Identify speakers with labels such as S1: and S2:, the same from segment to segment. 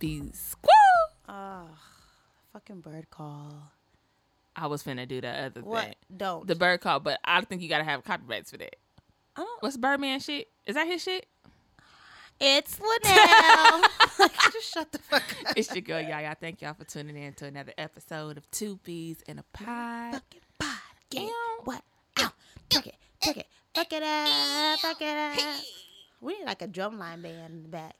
S1: the squirrel.
S2: Ugh, fucking bird call.
S1: I was finna do the other
S2: What?
S1: thing.
S2: Don't.
S1: The bird call, but I think you gotta have copyrights for that.
S2: I don't.
S1: What's Birdman shit? Is that his shit?
S2: It's Liddell. Just shut the fuck up.
S1: It's your girl, y'all. Y'all, thank y'all for tuning in to another episode of Two Bees in a Pod.
S2: Fucking pod. Get
S1: Ow.
S2: what out. Fuck it. Fuck it. Fuck it up. Fuck it up. We need like a drumline band in the back.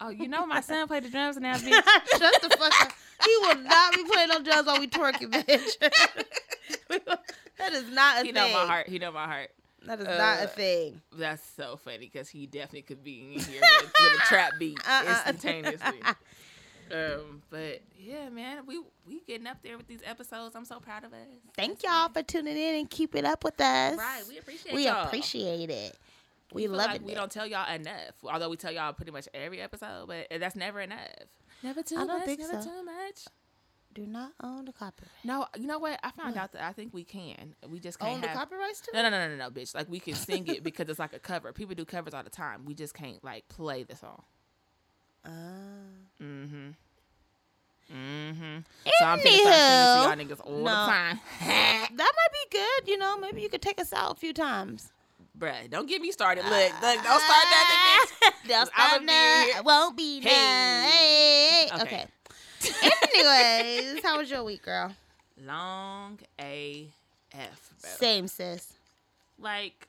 S1: Oh, you know my son played the drums now, bitch.
S2: Shut the fuck up. He will not be playing no drums while we twerking, bitch. that is not a
S1: He
S2: thing.
S1: know my heart. He know my heart.
S2: That is not a
S1: Uh,
S2: thing.
S1: That's so funny because he definitely could be in here with, with a trap beat
S2: Uh-uh.
S1: instantaneously. Um, but yeah, man, we we getting up there with these episodes. I'm so proud of us.
S2: Thank y'all for tuning in and keeping up with us.
S1: Right, we appreciate
S2: We
S1: y'all.
S2: appreciate it.
S1: I
S2: We
S1: feel
S2: love
S1: like
S2: it.
S1: We don't tell y'all enough, although we tell y'all pretty much every episode, but that's never enough. Never too
S2: I don't
S1: much.
S2: think
S1: never
S2: so.
S1: too much.
S2: Do not own the copyright.
S1: No, you know what? I found out that I think we can. We just can't
S2: Own the
S1: have-
S2: copyrights to
S1: No, no, no, no, no, no, bitch. Like we can sing it because it's like a cover. People do covers all the time. We just can't like play the song.
S2: Uh,
S1: Mm-hmm. Mm-hmm. So I'm finna start singing to y'all niggas all the
S2: No.
S1: time.
S2: that might be good. You know, maybe you could take us out a few times.
S1: Bruh, don't get me started. Look, look, don't start that bitch.
S2: Don't
S1: 'Cause I'ma
S2: start
S1: be
S2: now.
S1: here.
S2: Won't be
S1: Hey.
S2: now. Hey. Okay.
S1: Okay.
S2: Anyways, how was your week, girl?
S1: Long A F, bro.
S2: Same, sis.
S1: Like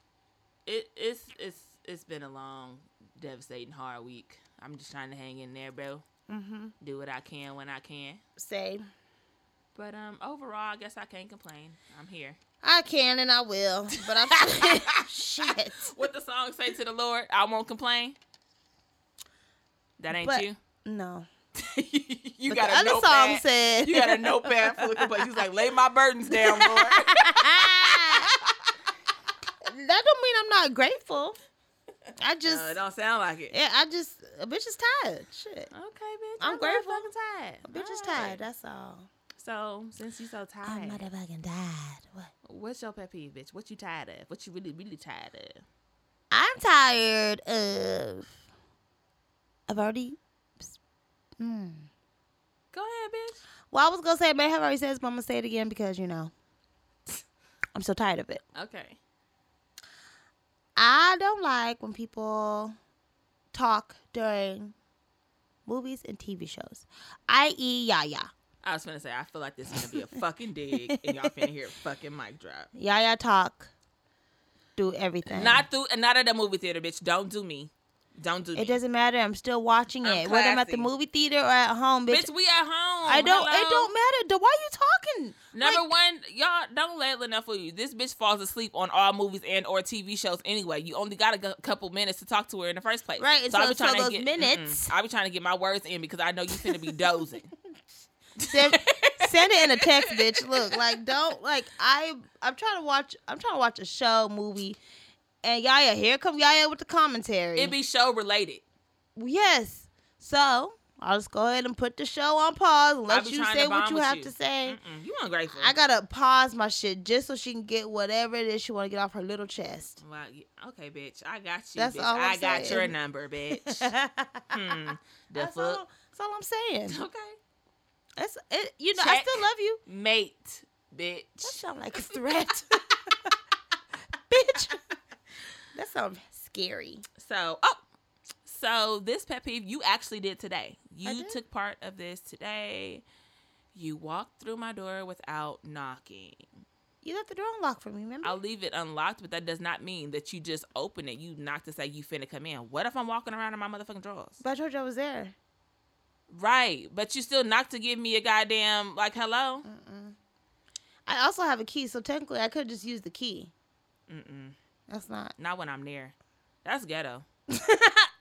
S1: it it's it's it's been a long, devastating, hard week. I'm just trying to hang in there, bro.
S2: Mm-hmm.
S1: Do what I can when I can.
S2: Same.
S1: But um overall I guess I can't complain. I'm here.
S2: I can and I will, but I'm shit.
S1: What the song say to the Lord? I won't complain. That ain't
S2: But-
S1: you.
S2: No.
S1: you
S2: But
S1: got
S2: the
S1: a
S2: other
S1: notepad.
S2: song said.
S1: You got a notepad full of complaints. He's like, lay my burdens down, Lord.
S2: that don't mean I'm not grateful. I just,
S1: no, it don't sound like it.
S2: yeah, I just, a bitch is tired. Shit.
S1: Okay, bitch.
S2: I'm
S1: I'm,
S2: grateful.
S1: grateful. Fucking tired. Oh,
S2: A bitch is
S1: Alright.
S2: tired. That's all.
S1: So since you so tired,
S2: I'm motherfucking tired. What?
S1: what's your pet peeve, bitch? What you tired of? What you really, really tired of?
S2: I'm tired of. I've already. Mm.
S1: Go ahead, bitch.
S2: Well, I was gonna say it may have already said this, but I'm gonna say it again because you know, I'm so tired of it.
S1: Okay.
S2: I don't like when people talk during movies and TV shows, E, i.e., Yaya.
S1: I was gonna say I feel like this is gonna be a fucking dig, and y'all finna hear a fucking mic drop.
S2: Yaya talk, do everything.
S1: Not through, not at the movie theater, bitch. Don't do me. Don't do me.
S2: It doesn't matter. I'm still watching
S1: I'm
S2: it, whether I'm at the
S1: classy.
S2: movie theater or at home, bitch.
S1: Bitch, we at home.
S2: I don't. It
S1: Hello?
S2: don't matter. Then Why you talking?
S1: Number
S2: Like-
S1: one, y'all don't let Lena fool you. This bitch falls asleep on all movies and or TV shows anyway. You only got a gu- couple minutes to talk to her in the first place,
S2: Right, and
S1: I
S2: so-
S1: be
S2: so
S1: tryna
S2: those
S1: get,
S2: minutes-
S1: I be trying to get my words in because I know you finna be dozing.
S2: Send, send it in a text, bitch. Look, like don't like I. I'm trying to watch. I'm trying to watch a show, movie, and Yaya here come Yaya with the commentary.
S1: it be show related.
S2: yes. So I'll just go ahead and put the show on pause and
S1: I
S2: let
S1: be
S2: you
S1: trying to
S2: say what
S1: bond
S2: you
S1: with
S2: have
S1: you.
S2: to say.
S1: Mm-mm, you ungrateful.
S2: I gotta pause my shit just so she can get whatever it is she want to get off her little chest.
S1: Wow, you- okay, bitch. I got you.
S2: That's
S1: bitch.
S2: all I'm
S1: I got your
S2: saying.
S1: number, bitch.
S2: that's,
S1: hmm, the
S2: all,
S1: fuck.
S2: that's all I'm saying.
S1: Okay,
S2: That's it. You know, I
S1: Check.
S2: still love you.
S1: mate,
S2: That
S1: bitch.
S2: sound like a threat. Bitch. That sounds scary.
S1: So, oh, so this pet peeve you actually did today. You
S2: did.
S1: took part of this today. You walked through my door without knocking.
S2: Mm-hmm. You left the door unlocked for me, remember?
S1: I'll leave it unlocked, but that does not mean that you just open it. You knock to say you finna come in. What if I'm walking around in my motherfucking drawers?
S2: but I told you I was there.
S1: Right, but you still knock to give me a goddamn like hello.
S2: Mm-mm. I also have a key, so technically I could just use the key.
S1: Mm-mm.
S2: That's not.
S1: Not when I'm there. That's ghetto.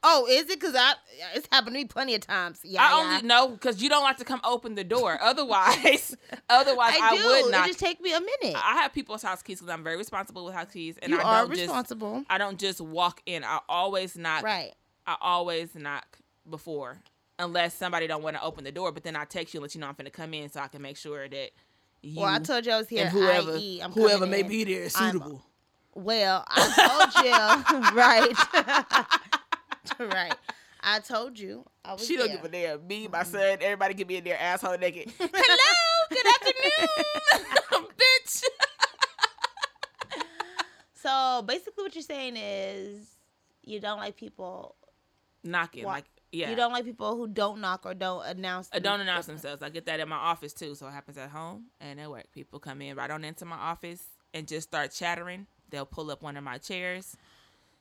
S2: oh, is it? Because I it's happened to me plenty of times. Yeah,
S1: I only know because you don't like to come open the door. Otherwise, otherwise I,
S2: I do.
S1: would
S2: it
S1: not.
S2: just take me a minute.
S1: I have people's house keys because I'm very responsible with house keys, and
S2: you
S1: I
S2: are
S1: don't just
S2: responsible,
S1: I don't just walk in. I always knock.
S2: right?
S1: I always knock before, unless somebody don't want to open the door. But then I text you and let you know I'm finna come in so I can make sure that you
S2: well, I told you I was here.
S1: and whoever
S2: i.e., I'm
S1: whoever
S2: coming
S1: may
S2: in.
S1: be there is
S2: I'm-
S1: suitable.
S2: Well, I told you, right, right. I told you. I was
S1: She
S2: there.
S1: don't give a damn. Me, my son, everybody can be in their asshole naked.
S2: Hello, good
S1: afternoon, bitch.
S2: So basically, what you're saying is you don't like people.
S1: Knocking,
S2: Why-
S1: like yeah.
S2: You don't like people who don't knock or don't announce.
S1: I don't announce
S2: themselves.
S1: themselves. I get that at my office too, so it happens at home and at work. People come in right on into my office and just start chattering. They'll pull up one of my chairs,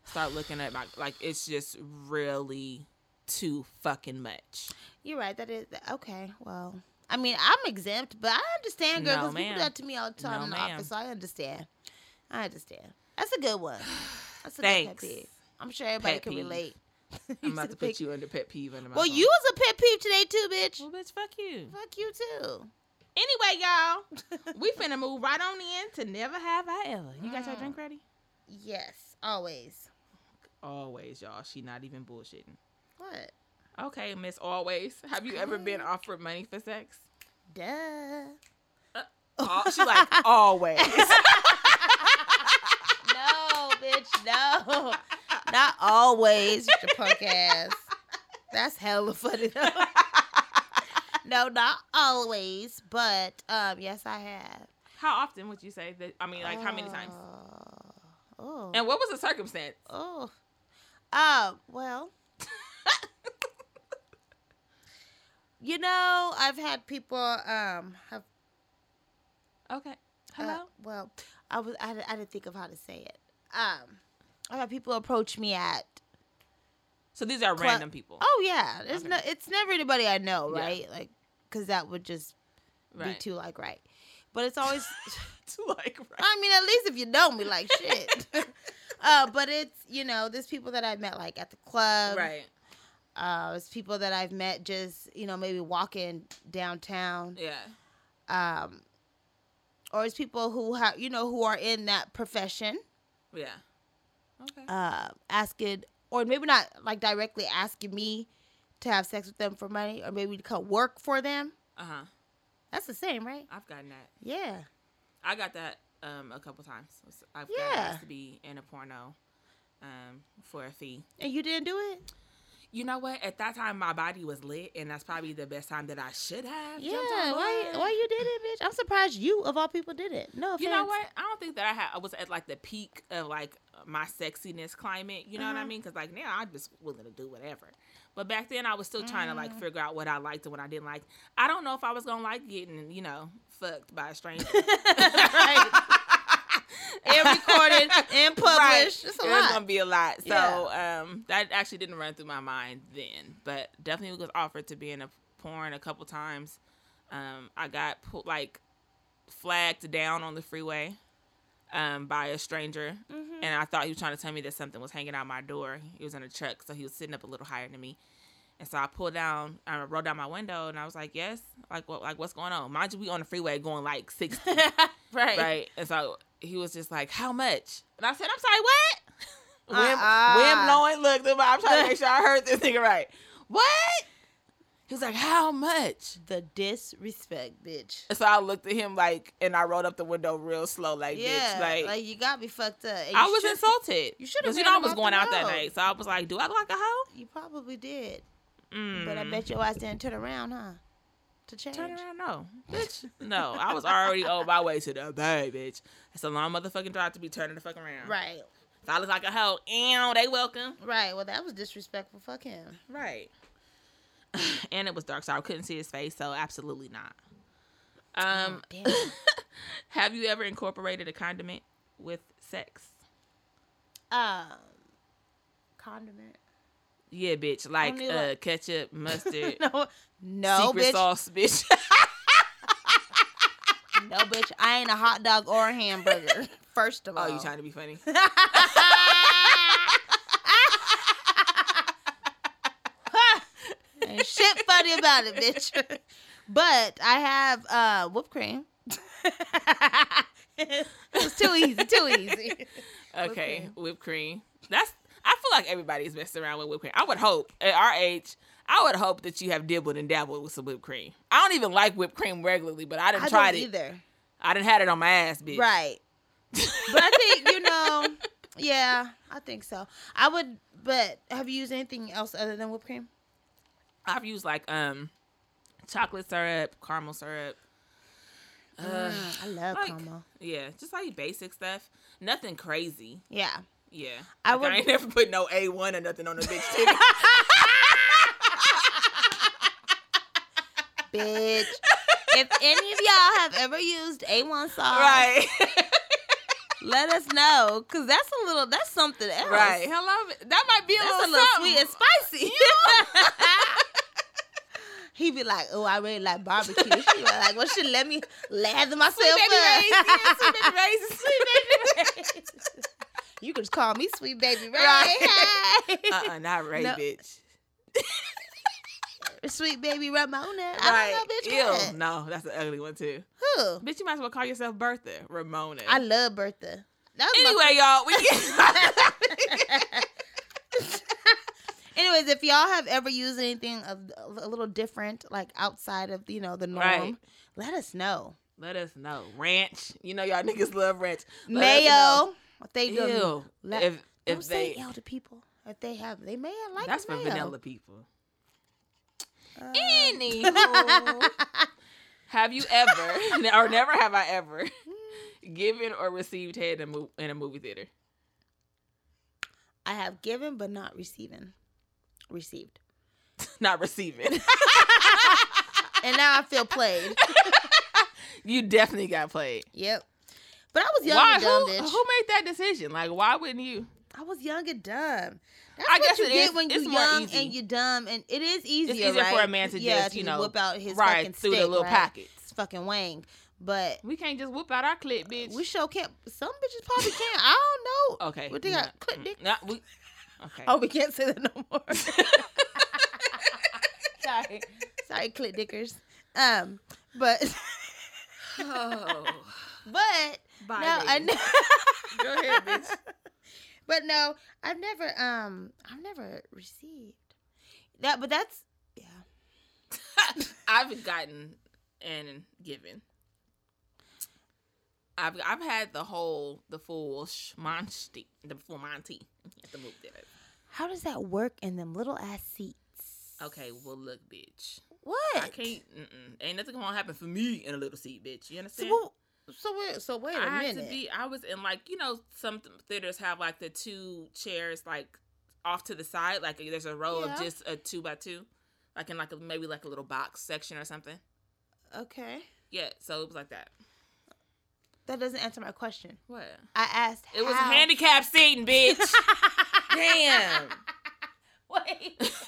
S1: start looking at my like it's just really too fucking much.
S2: You're right. That is okay. Well, I mean, I'm exempt, but I understand, girl,
S1: No,
S2: because people
S1: ma'am.
S2: do that to me all the time
S1: No,
S2: in the
S1: ma'am.
S2: office. So I understand. I understand. That's a good one. That's a good pet
S1: Thanks.
S2: peeve. I'm sure everybody
S1: Pet
S2: can
S1: peeve.
S2: relate.
S1: I'm about to put you under pet peeve under my
S2: Well,
S1: phone.
S2: you was a pet peeve today too, bitch.
S1: well, bitch, fuck you.
S2: Fuck you too.
S1: Anyway, y'all, we finna move right on in to never have I ever. You got your
S2: Mm.
S1: drink ready?
S2: Yes, always.
S1: Always, y'all. She not even bullshitting.
S2: What?
S1: Okay, Miss Always. Have you ever been offered money for sex?
S2: Duh.
S1: Al- she like always.
S2: No, bitch, no. Not always, your punk ass. That's hella funny though. No, not always, but um, yes, I have.
S1: how often would you say that? I mean, like how many times?
S2: Uh, Oh,
S1: And what was the circumstance?
S2: oh, oh. Well, you know, I've had people um have.
S1: Okay.
S2: uh,
S1: Hello.
S2: well, I was I, di- I didn't think of how to say it. Um, I've had people approach me at.
S1: so these are
S2: cla-
S1: random people.
S2: Oh yeah, it's
S1: Okay.
S2: no, it's never anybody I know,
S1: Yeah.
S2: right? Like, cause that would just be
S1: right.
S2: too like right. But it's always.
S1: To like right.
S2: I mean, at least if you know me, like shit. uh, but it's you know, there's people that I've met like at the club,
S1: right.
S2: Uh, it's people that I've met just you know maybe walking downtown,
S1: Yeah.
S2: um, or it's people who have you know who are in that profession
S1: Yeah. Okay.
S2: uh, asking, or maybe not like directly asking me to have sex with them for money, or maybe to come work for them.
S1: Uh huh.
S2: That's the same, right?
S1: I've gotten that.
S2: Yeah.
S1: I got that um a couple times. I've got
S2: Yeah.
S1: asked to be in a porno um for a fee.
S2: And you didn't do it?
S1: You know what? At that time, my body was lit, and that's probably the best time that I should have.
S2: Yeah.
S1: jumped on
S2: Why?
S1: board.
S2: Why you did it, bitch? I'm surprised you of all people did it. No offense.
S1: You know what? I don't think that I had. I was at like the peak of like my sexiness climate. You know what I
S2: Uh-huh.
S1: mean? Because like now I'm just willing to do whatever. But back then I was still trying to like figure out what I liked and what I didn't like. I don't know if I was gonna like getting you know fucked by a stranger.
S2: right. And recorded and published. It's a
S1: It was
S2: lot.
S1: gonna be a lot. So
S2: Yeah.
S1: um, that actually didn't run through my mind then, but definitely was offered to be in a porn a couple times. Um, I got put like flagged down on the freeway um, by a stranger,
S2: Mm-hmm.
S1: and I thought he was trying to tell me that something was hanging out my door. He was in a truck, so he was sitting up a little higher than me. And so I pulled down, I rolled down my window, and I was like, "Yes, like what, like what's going on?" Mind you, we on the freeway going like six
S2: right.
S1: right? And so he was just like, "How much?" And I said, "I'm sorry, what?" Wim,
S2: Uh-uh.
S1: Wim blowing look. at me. I'm trying to make sure I heard this nigga right. What? He was like, "How much?"
S2: The disrespect, bitch.
S1: And so I looked at him like, and I rolled up the window real slow, like,
S2: Yeah,
S1: bitch,
S2: like,
S1: like,
S2: you got me fucked up. and
S1: I
S2: you
S1: was
S2: should-
S1: insulted.
S2: you should've
S1: Because you
S2: ran
S1: know I
S2: him
S1: was
S2: off
S1: going
S2: the
S1: out that
S2: road.
S1: night, so I was like, "Do I look like a hoe?"
S2: You probably did,
S1: Mm.
S2: but I bet your ass didn't turn around, huh? To change.
S1: Turn around, no, bitch, no. I was already on my way to the bay, bitch. It's a long motherfucking drive to be turning the fuck around.
S2: Right,
S1: So I look like a hoe. And they welcome.
S2: right. Well, that was disrespectful. Fuck him.
S1: Right. and it was dark, so I couldn't see his face, so absolutely not. Um,
S2: Oh, Damn. it.
S1: have you ever incorporated a condiment with sex?
S2: um, condiment.
S1: Yeah, bitch. Like
S2: Only
S1: uh,
S2: like-
S1: ketchup, mustard,
S2: no, no,
S1: secret
S2: bitch.
S1: sauce, bitch.
S2: No, bitch. I ain't a hot dog or a hamburger. First of all,
S1: oh, you trying to be funny?
S2: Ain't shit funny about it, bitch. But I have uh, whipped cream. it's too easy, too easy.
S1: Okay,
S2: cream.
S1: whipped cream. That's. I feel like everybody's messing around with whipped cream. I would hope at our age. I would hope that you have dibbled and dabbled with some whipped cream. I don't even like whipped cream regularly, but I didn't
S2: I
S1: try
S2: don't
S1: it.
S2: either.
S1: I didn't had it on my ass, bitch.
S2: Right. But I think, you know, yeah, I think so. I would But have you used anything else other than whipped cream?
S1: I've used like um chocolate syrup, caramel syrup. Uh,
S2: Mm, I love
S1: like-
S2: caramel.
S1: yeah, just like basic stuff. Nothing crazy.
S2: Yeah.
S1: Yeah.
S2: I
S1: Like,
S2: would-
S1: I ain't never put no A one or nothing on a bitch titty.
S2: Bitch. if any of y'all have ever used A1 sauce,
S1: right.
S2: let us know. Cause that's a little that's something else.
S1: right. Hello. That might be a
S2: That's
S1: little,
S2: a little
S1: something.
S2: sweet and spicy. he be like, oh, I really like barbecue. She be like, well, she let me lather myself
S1: Sweet baby
S2: up.
S1: raisins. Sweet baby raisins. Sweet baby raisins.
S2: you can just call me sweet baby, right?
S1: Right. Uh-uh, not Ray,
S2: No.
S1: bitch.
S2: sweet baby Ramona.
S1: Right.
S2: I don't know, bitch.
S1: Ew.
S2: what?
S1: No, that's an ugly one too.
S2: Who?
S1: Bitch, you might as well call yourself Bertha Ramona.
S2: I love Bertha. That was my
S1: anyway, y'all, we
S2: Anyways, if y'all have ever used anything of a little different, like outside of you know the norm,
S1: Right.
S2: let us know.
S1: let us know. Ranch, you know y'all niggas love ranch. Let us know.
S2: mayo, if they do,
S1: Ew.
S2: Let-
S1: if
S2: don't
S1: if
S2: say
S1: they,
S2: L to people. If they have, they may have liked
S1: that's
S2: the
S1: for
S2: mayo.
S1: vanilla people.
S2: Uh,
S1: Anywho, have you ever or never have I ever given or received head in a, mo- in a movie theater?
S2: I have given but not receiving, received,
S1: Not receiving.
S2: and now I feel played.
S1: you definitely got played.
S2: yep. But I was young
S1: Why?
S2: and dumb,
S1: Who,
S2: bitch.
S1: who made that decision? Like, why wouldn't you?
S2: I was young and dumb. That's
S1: I
S2: what
S1: guess
S2: you
S1: it
S2: get
S1: is-
S2: when
S1: it's
S2: you're
S1: more
S2: young
S1: easy.
S2: and you're dumb, and it is easier,
S1: easier for a
S2: right?
S1: man to
S2: yeah,
S1: just, you know,
S2: whip out his fucking
S1: Right through
S2: stick,
S1: the little
S2: right?
S1: pockets.
S2: It's fucking wang. But
S1: We can't just whoop out our clip, bitch.
S2: we sure can't. Some bitches probably can't. I don't know.
S1: okay.
S2: What they
S1: no,
S2: got? Clip dick.
S1: no, we, okay.
S2: Oh, we can't say that no more. Sorry, sorry, clit dickers. Um, but
S1: Oh,
S2: but
S1: Bye,
S2: no, I
S1: niggas.
S2: know.
S1: Go ahead, bitch.
S2: But no, I've never um I've never received that. But that's yeah.
S1: I've gotten and given. I've I've had the whole the full schmonty the full Monty at the movie theater.
S2: How does that work in them little ass seats?
S1: Okay, well look, bitch.
S2: What?
S1: I can't. Mm-mm. Ain't nothing gonna happen for me in a little seat, bitch. You
S2: So,
S1: understand?
S2: well, so wait. So wait a
S1: I had
S2: minute.
S1: to be. I was in like you know some th- theaters have like the two chairs like off to the side, like there's a row of
S2: Yeah.
S1: just a two by two, like in like a, maybe like a little box section or something.
S2: okay.
S1: Yeah, so it was like that.
S2: That doesn't answer my question.
S1: What?
S2: I asked.
S1: It was
S2: how-
S1: handicap seating, bitch. Damn.
S2: Wait.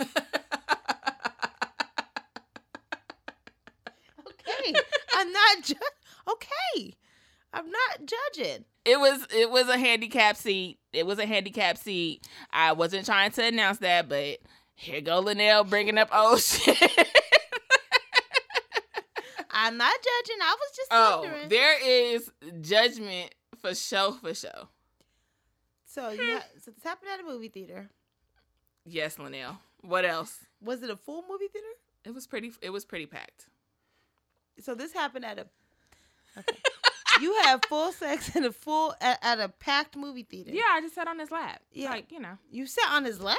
S2: Okay. I'm not ju- okay. I'm not judging.
S1: it was it was a handicap seat. It was a handicap seat. I wasn't trying to announce that, but here go Linnell bringing up old shit.
S2: I'm not judging. I was just
S1: oh,
S2: wondering.
S1: there is judgment for show for show.
S2: so you ha- so this happened at a movie theater.
S1: Yes, Linnell. What else?
S2: Was it a full movie theater?
S1: It was pretty. It was pretty packed.
S2: So this happened at a. Okay. you have full sex in a full at, at a packed movie theater.
S1: Yeah, I just sat on his lap.
S2: Yeah.
S1: like you know.
S2: You sat on his lap.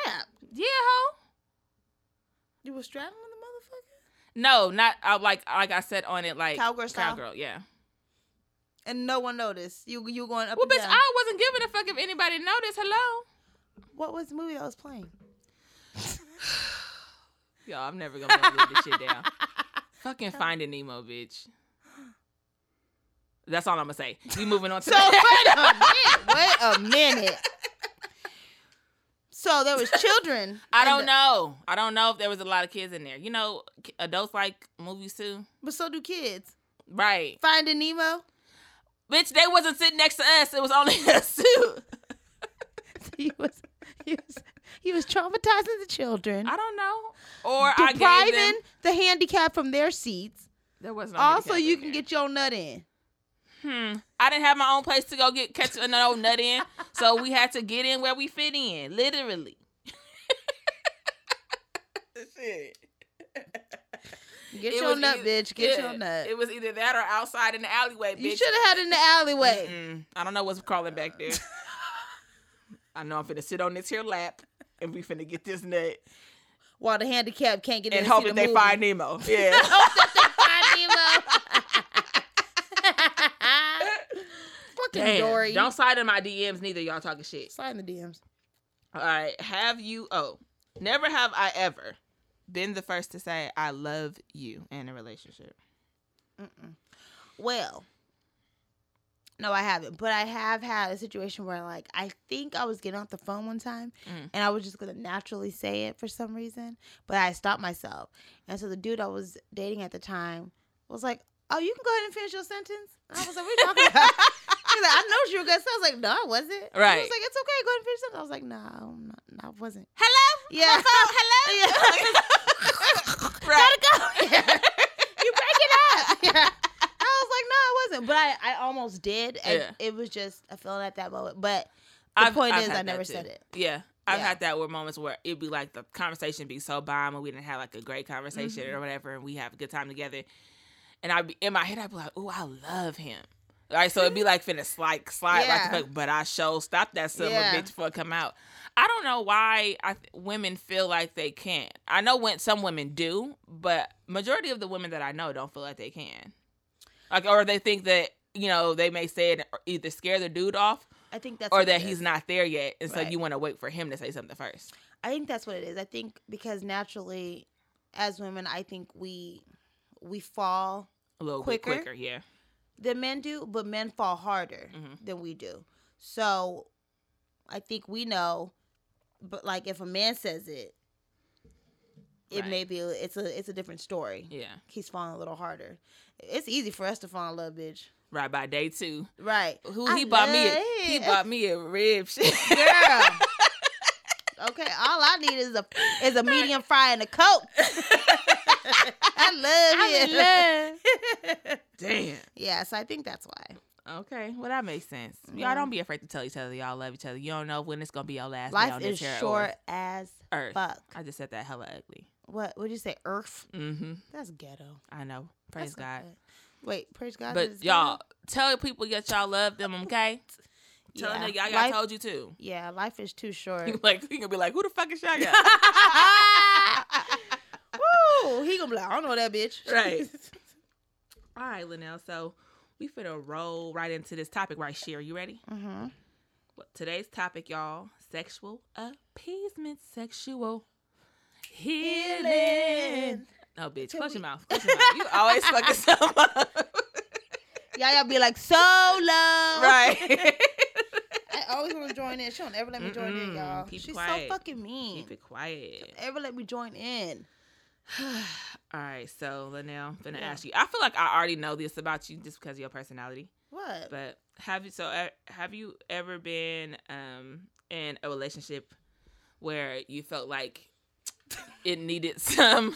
S1: Yeah, ho.
S2: You were straddling the
S1: No, not I like like I said on it like
S2: Cowgirl style?
S1: Cowgirl, yeah.
S2: motherfucker, and no one noticed. You you were going up.
S1: Well,
S2: and
S1: bitch,
S2: down.
S1: I wasn't giving a fuck if anybody noticed. Hello.
S2: What was the movie I was playing?
S1: Yo, I'm never gonna be able to live this shit down. Fucking finding Nemo, bitch. That's all I'm gonna say. We moving on to
S2: So wait a minute. Wait a minute. So there was children.
S1: I
S2: in
S1: don't
S2: the-
S1: know. I don't know if there was a lot of kids in there. You know, k- adults like movies too.
S2: But so do kids.
S1: Right.
S2: Finding Nemo.
S1: Bitch, they wasn't sitting next to us. It was only us two.
S2: He was he was he was traumatizing the children.
S1: I don't know. Or I gave them.
S2: Depriving the handicapped from their seats.
S1: There was no
S2: also,
S1: handicap
S2: you
S1: in
S2: can
S1: there.
S2: get your nut in.
S1: Hmm. I didn't have my own place to go get catch an old nut in, so we had to get in where we fit in, literally. Shit.
S2: Get
S1: It
S2: your
S1: was
S2: nut,
S1: eith-
S2: bitch. Get
S1: yeah,
S2: your nut.
S1: It was either that or outside in the alleyway, bitch.
S2: you should have had it in the alleyway.
S1: Mm-mm. I don't know what's crawling back there. I know I'm finna sit on this here lap and we finna get this nut
S2: While the handicapped can't get in
S1: and
S2: to see
S1: hope
S2: the
S1: that they
S2: movie.
S1: find Nemo. Yeah.
S2: hope that they find Nemo. Fucking
S1: Damn.
S2: Dory.
S1: Don't slide in my DMs neither. Y'all talking shit.
S2: slide in the DMs.
S1: All right. Have you? Oh, never have I ever been the first to say I love you in a relationship.
S2: Mm-mm. Well, no, I haven't. But I have had a situation where, like, I think I was getting off the phone one time
S1: Mm.
S2: and I was just going to naturally say it for some reason, but I stopped myself. And so the dude I was dating at the time was like, Oh, you can go ahead and finish your sentence. And I was like, What are you talking about? He's like, I know you were going to say. I was like, No, I wasn't. And He
S1: Right.
S2: was like, It's okay. Go ahead and finish your sentence. I was like, No, I'm not, no, I wasn't.
S1: Hello.
S2: Yeah. Hello? Yeah.
S1: right.
S2: Gotta go. you break it up. Yeah. I was like, no, I wasn't. But I, I almost did. And
S1: Yeah.
S2: it was just a feeling at that moment. But the point is,
S1: had
S2: I
S1: that
S2: never
S1: too.
S2: said it.
S1: Yeah. I've
S2: Yeah.
S1: had that where moments where it'd be like the conversation be so bomb and we didn't have like a great conversation
S2: Mm-hmm.
S1: or whatever and we have a good time together. And I'd be in my head, I'd be like, oh, I love him. Like, so it'd be like finna like slide like,
S2: Yeah.
S1: the fuck, but I show stop that son of a
S2: Yeah.
S1: bitch before it come out. I don't know why I th- women feel like they can't. I know when some women do, but majority of the women that I know don't feel like they can. Like, or they think that, you know, they may say it either scare the dude off
S2: I think that's
S1: or
S2: what
S1: that
S2: it
S1: he's
S2: is.
S1: not there yet, and so
S2: Right.
S1: you want to wait for him to say something first.
S2: I think that's what it is. I think because naturally, as women, I think we we fall
S1: A little
S2: Quicker?
S1: bit quicker, yeah.
S2: than men do, but men fall harder
S1: Mhm.
S2: than we do. So I think we know, but like if a man says it, it
S1: Right.
S2: may be it's a it's a different story.
S1: Yeah,
S2: he's falling a little harder. It's easy for us to fall in love, bitch.
S1: right by day two,
S2: Right.
S1: who
S2: I
S1: he bought me? A,
S2: love
S1: he
S2: it.
S1: bought me a rib. shit.
S2: Girl. okay, all I need is a is a medium fry and a coke. I love it.
S1: Damn.
S2: yeah, so I think that's why.
S1: Okay, well that makes sense. Y'all
S2: Yeah.
S1: don't be afraid to tell each other y'all love each other. You don't know when it's gonna be your last day on
S2: Life
S1: this
S2: is
S1: here
S2: short as
S1: earth. Earth.
S2: fuck.
S1: I just said that hella ugly.
S2: What would you say? Earth?
S1: Mm-hmm.
S2: That's ghetto.
S1: I know. Praise
S2: That's not
S1: God.
S2: good. Wait, praise God.
S1: But
S2: is ghetto?
S1: y'all tell people that y'all love them, okay? Tell them
S2: Yeah.
S1: that y'all got
S2: Life-
S1: told you to.
S2: Yeah, life is too short.
S1: like you gonna be like, who the fuck is Shia?
S2: Woo! He gonna be like, I don't know that bitch.
S1: Right. All right, Linnell. So we finna roll right into this topic right here. You ready?
S2: mm-hmm.
S1: Well, today's topic, y'all, sexual appeasement, sexual healing.
S2: Healing.
S1: No, bitch,
S2: Can
S1: close
S2: we-
S1: your mouth. Close your mouth. You always fucking something up.
S2: Y'all, y'all be like, so low.
S1: right.
S2: I always want to join in. She don't ever let me join in,
S1: Mm-mm.
S2: y'all.
S1: Keep it
S2: She's
S1: quiet.
S2: so fucking mean.
S1: Keep it quiet.
S2: Ever let me join in?
S1: All right, so Linnell, I'm gonna
S2: Yeah.
S1: ask you. I feel like I already know this about you just because of your personality.
S2: What?
S1: But have you so uh, have you ever been um in a relationship where you felt like it needed some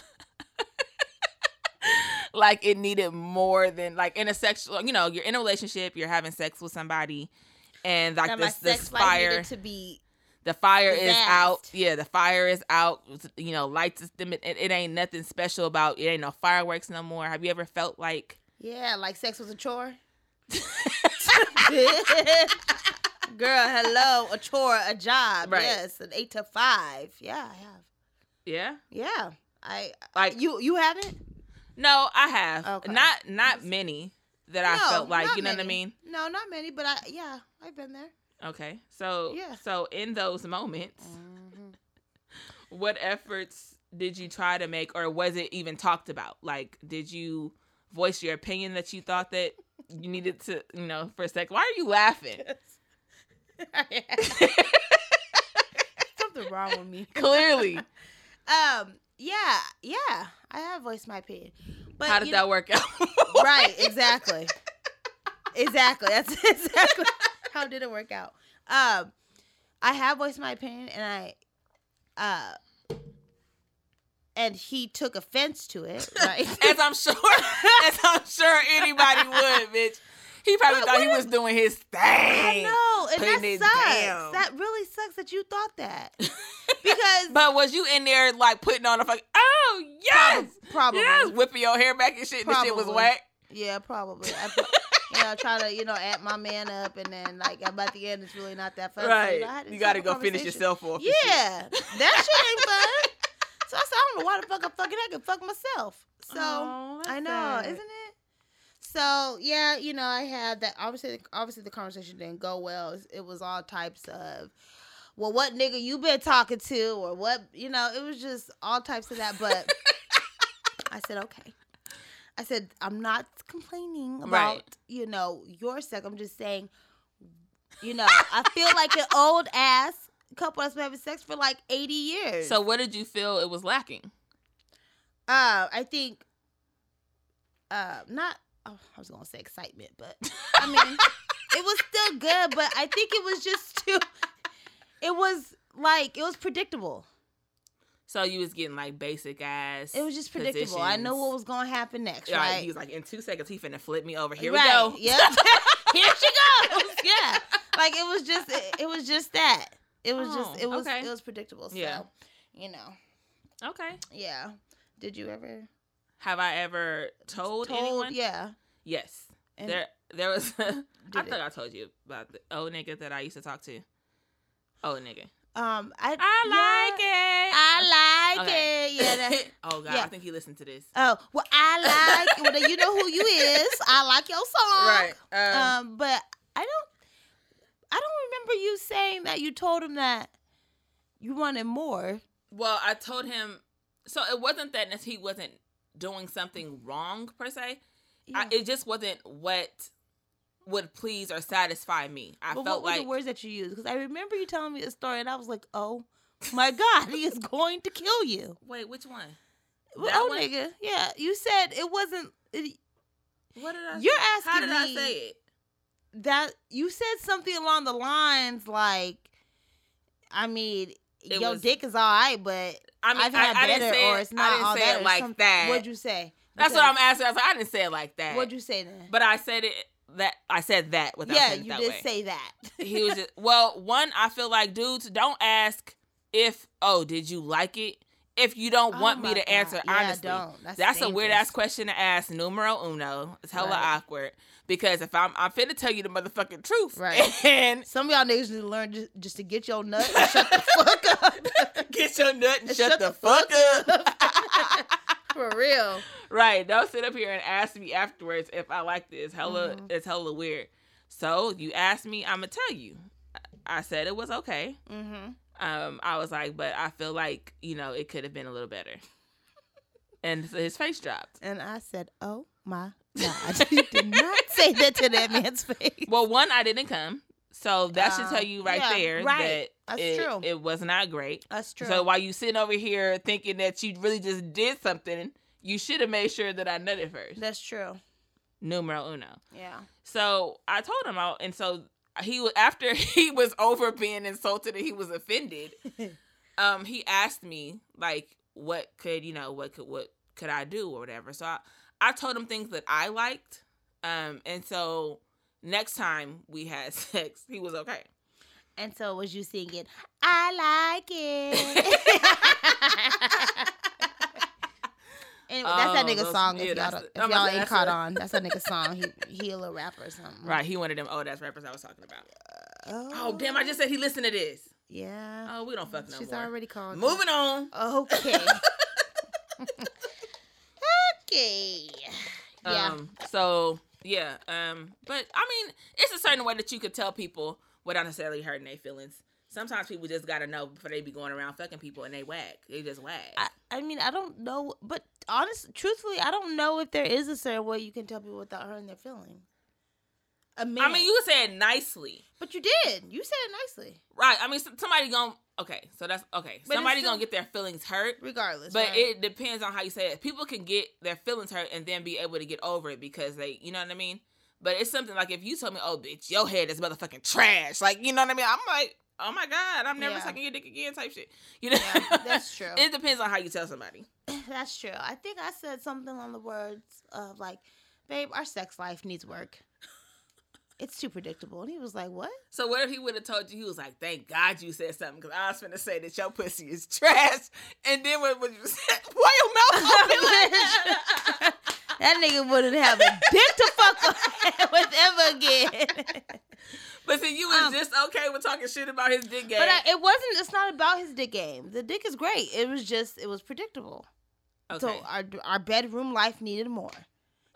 S1: like it needed more than like in a sexual you know you're in a relationship you're having sex with somebody and like
S2: That
S1: this
S2: my
S1: this
S2: sex life
S1: fire
S2: needed to be.
S1: the fire is
S2: Vast.
S1: out. Yeah, the fire is out. You know, lights is dim. It, it ain't nothing special about it. Ain't no fireworks no more. Have you ever felt like
S2: Yeah, like sex was a chore. Girl, hello, a chore, a job.
S1: Right.
S2: Yes, an eight to five. Yeah, I have.
S1: yeah?
S2: Yeah, I.
S1: Like-
S2: you, you haven't.
S1: No, I have
S2: Okay.
S1: not not many that I
S2: No,
S1: felt like
S2: not
S1: you know what I
S2: many.
S1: mean.
S2: No, not many, but I. Yeah, I've been there.
S1: Okay, so
S2: Yeah. Mm-hmm.
S1: so in those moments, what efforts did you try to make, or was it even talked about? Like, did you voice your opinion that you thought that you needed to, you know, for a sec? Why are you laughing?
S2: Something wrong with me.
S1: Clearly,
S2: Um. Yeah. Yeah. I have voiced my opinion. But
S1: how did
S2: you
S1: that work out?
S2: know- Right. Exactly. exactly. That's exactly how did it work out. Um. I have voiced my opinion, and I. Uh. And he took offense to it. Right.
S1: as I'm sure, as I'm sure anybody would, bitch. He probably
S2: But
S1: thought he
S2: what
S1: was doing his thing.
S2: I know, and
S1: Putting it
S2: that sucks.
S1: down.
S2: That really sucks that you thought that. Because
S1: But was you in there like putting on a fuck? Oh yes,
S2: probably,
S1: yes, whipping your hair back and shit. And the shit was
S2: Probably.
S1: whack.
S2: yeah, probably. I, pro- you know, try to, you know, amp my man up, and then like by the end, it's really not that fun. So,
S1: right.
S2: know, I had this
S1: you got to
S2: simple
S1: go finish
S2: conversation.
S1: yourself off. and shit.
S2: Yeah, that shit ain't fun. So I said, I don't know why the fuck I'm fucking. I can fuck myself. So
S1: Aw, that's
S2: I know,
S1: sad.
S2: isn't it? So yeah, you know, I had that. Obviously, obviously, the conversation didn't go well. It- It was all types of, well, what nigga you been talking to, or what you know. It was just all types of that. But I said okay. I said I'm not complaining about
S1: Right.
S2: you know your sex. I'm just saying, you know, I feel like an old ass couple that's been having sex for like 80 years.
S1: So what did you feel it was lacking?
S2: Uh, I think, uh, not. Oh, I was gonna say excitement, but I mean, it was still good. But I think it was just too. It was like it was predictable.
S1: So you was getting like basic ass.
S2: It was just predictable. I know
S1: positions.
S2: what was gonna happen next,
S1: Yeah,
S2: right?
S1: He was like, in two seconds, he finna flip me over. Here
S2: right.
S1: we go.
S2: Yep. Here she goes. Yeah. Like it was just. It, it was just that. It was
S1: Oh,
S2: just. It was.
S1: okay.
S2: It was predictable. So,
S1: Yeah.
S2: you know.
S1: Okay.
S2: Yeah. Did you ever
S1: Have I ever told, anyone?
S2: Yeah.
S1: Yes.
S2: And
S1: there, there was. I
S2: did
S1: thought I told you about the old nigga that I used to talk to. Old nigga.
S2: Um, I,
S1: I like
S2: yeah,
S1: it.
S2: I like
S1: Okay.
S2: it. Yeah. That,
S1: oh God,
S2: yeah.
S1: I think he listened to this.
S2: oh, well, I like. Well, you know who you is. I like your song.
S1: Um,
S2: Um, but I don't. I don't remember you saying that you told him that you wanted more.
S1: well, I told him. So it wasn't that nec- he wasn't doing something wrong per se. I,
S2: Yeah.
S1: it just wasn't what would please or satisfy me. I
S2: but what
S1: felt
S2: were
S1: like
S2: the words that you used? Because I remember you telling me a story, and I was like, "Oh my God, he is going to kill you."
S1: wait, which one?
S2: Well,
S1: That
S2: oh,
S1: one?
S2: nigga, yeah. You said it wasn't. It,
S1: What did I?
S2: You're
S1: say? How
S2: asking
S1: did I
S2: me-
S1: say it?
S2: that you said something along the lines like, I mean,
S1: It
S2: your
S1: was-
S2: dick is all right, but
S1: I mean,
S2: I've had
S1: I, I
S2: better,
S1: didn't say
S2: or
S1: it,
S2: it's not
S1: I didn't
S2: all
S1: say
S2: that
S1: it
S2: or
S1: like
S2: something.
S1: that.
S2: What'd you say?
S1: That's what I'm asking. I, was like, I didn't say it like that.
S2: What'd you say then?
S1: But I said it that I said that without
S2: yeah,
S1: saying it
S2: you
S1: that
S2: did
S1: way.
S2: say that.
S1: he was just well. One, I feel like dudes don't ask if oh did you like it if you don't
S2: Oh
S1: want me
S2: my
S1: to
S2: God.
S1: answer
S2: Yeah, I
S1: honestly.
S2: don't. That's,
S1: That's a weird
S2: dangerous.
S1: ass question to ask. Numero uno. It's hella
S2: Right.
S1: awkward because if I'm I'm finna tell you the motherfucking truth
S2: Right.
S1: and
S2: Some of y'all niggas need to learn just, just to get your nut and shut the fuck up.
S1: get your nut and
S2: And
S1: shut,
S2: shut
S1: the,
S2: the
S1: fuck up.
S2: For real.
S1: Right. Don't sit up here and ask me afterwards if I like this. Hella,
S2: Mhm.
S1: it's hella weird. So you asked me, I'm gonna tell you. I said it was okay.
S2: Mm-hmm.
S1: Um, I was like, but I feel like you know it could have been a little better. And so his face dropped.
S2: And I said, oh my God. you did not say that to that man's face.
S1: Well, one, I didn't come, so that should
S2: Uh,
S1: tell you right
S2: yeah,
S1: there
S2: right.
S1: that
S2: That's
S1: it,
S2: true.
S1: it was not great.
S2: That's true.
S1: So while you sitting over here thinking that you really just did something, you should have made sure that I nutted first.
S2: That's true.
S1: Numero uno.
S2: Yeah.
S1: So I told him out, and so he was after he was over being insulted and he was offended. um, he asked me like, what could you know, what could what could I do or whatever. So I I told him things that I liked. Um, and so next time we had sex, he was okay.
S2: And so was you singing, I like it. anyway, that's that
S1: Oh,
S2: nigga's
S1: those-
S2: song.
S1: yeah,
S2: If y'all,
S1: that's
S2: don't-
S1: the-
S2: if
S1: I'm
S2: y'all
S1: about to-
S2: ain't
S1: that's
S2: caught
S1: a-
S2: on, that's that nigga's song. He, he'll a rapper or something.
S1: Right? He wanted them old ass rappers I was talking about.
S2: Oh,
S1: Oh damn! I just said he listened to this.
S2: Yeah.
S1: Oh, we don't fuck no
S2: She's
S1: more.
S2: already called. you.
S1: Moving on.
S2: Okay. okay. Yeah.
S1: Um, so yeah. Um, but I mean, it's a certain way that you could tell people without necessarily hurting their feelings. Sometimes people just gotta know before they be going around fucking people and they whack. They just whack.
S2: I, I mean, I don't know, but honest, truthfully, I don't know if there is a certain way you can tell people without hurting their feelings. A man.
S1: I mean, you could say it nicely,
S2: but you did. You said it nicely.
S1: right? I mean, some- somebody gonna okay. So that's okay.
S2: But it's
S1: somebody
S2: still-
S1: gonna get their feelings hurt.
S2: regardless.
S1: But
S2: right?
S1: it depends on how you say it. People can get their feelings hurt and then be able to get over it because they, you know what I mean. But it's something like if you told me, "Oh, bitch, your head is motherfucking trash," like you know what I mean. I'm like, "Oh my god, I'm never
S2: Yeah.
S1: sucking your dick again," type shit. You know,
S2: Yeah, that's true.
S1: it depends on how you tell somebody.
S2: that's true. I think I said something on the words of like, "Babe, our sex life needs work. It's too predictable." And he was like, "What?"
S1: So what if he would have told you he was like, "Thank God you said something," because I was finna say that your pussy is trash, and then what would you say? Why your mouth open like that?
S2: that nigga wouldn't have a dick to fuck with. with ever again.
S1: But see, you was
S2: Um,
S1: just okay with talking shit about his dick game.
S2: But I, it wasn't. It's not about his dick game. The dick is great. It was just. It was predictable.
S1: okay.
S2: So our our bedroom life needed more.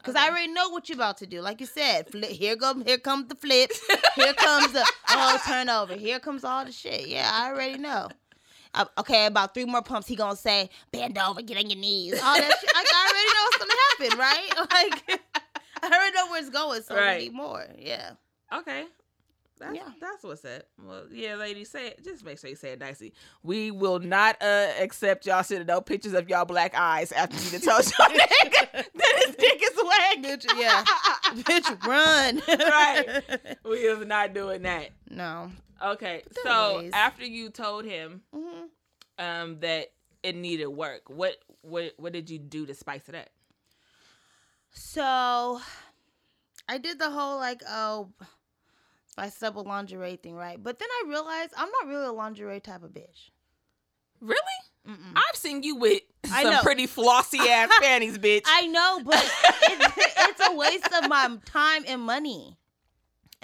S2: Cause I
S1: Okay.
S2: already know what you're about to do. Like you said, flip, here go, here comes the flip, here comes the oh turnover, here comes all the shit. Yeah, I already know. Uh, okay, about three more pumps, he gonna say, bend over, get on your knees, all that shit. Like, I already know what's gonna happen, right? Like, I already know where it's going, so
S1: Right.
S2: we need more. Yeah,
S1: Okay. That's,
S2: Yeah.
S1: that's what's up. Well, yeah, ladies, say it. Just make sure you say it nicely. We will not uh, accept y'all sending no pictures of y'all black eyes after you done told y'all nigga that his dick is whack.
S2: bitch, yeah, bitch, run.
S1: Right. We is not doing that.
S2: No.
S1: Okay,
S2: there
S1: so
S2: are ways.
S1: after you told him
S2: hmm
S1: um, that it needed work, what what what did you do to spice it up?
S2: So I did the whole like, oh, I sub a lingerie thing, right? But then I realized I'm not really a lingerie type of bitch.
S1: Really?
S2: Mm-mm.
S1: I've seen you with
S2: I
S1: some
S2: know.
S1: pretty flossy ass panties, bitch.
S2: I know, but it's, it's a waste of my time and money.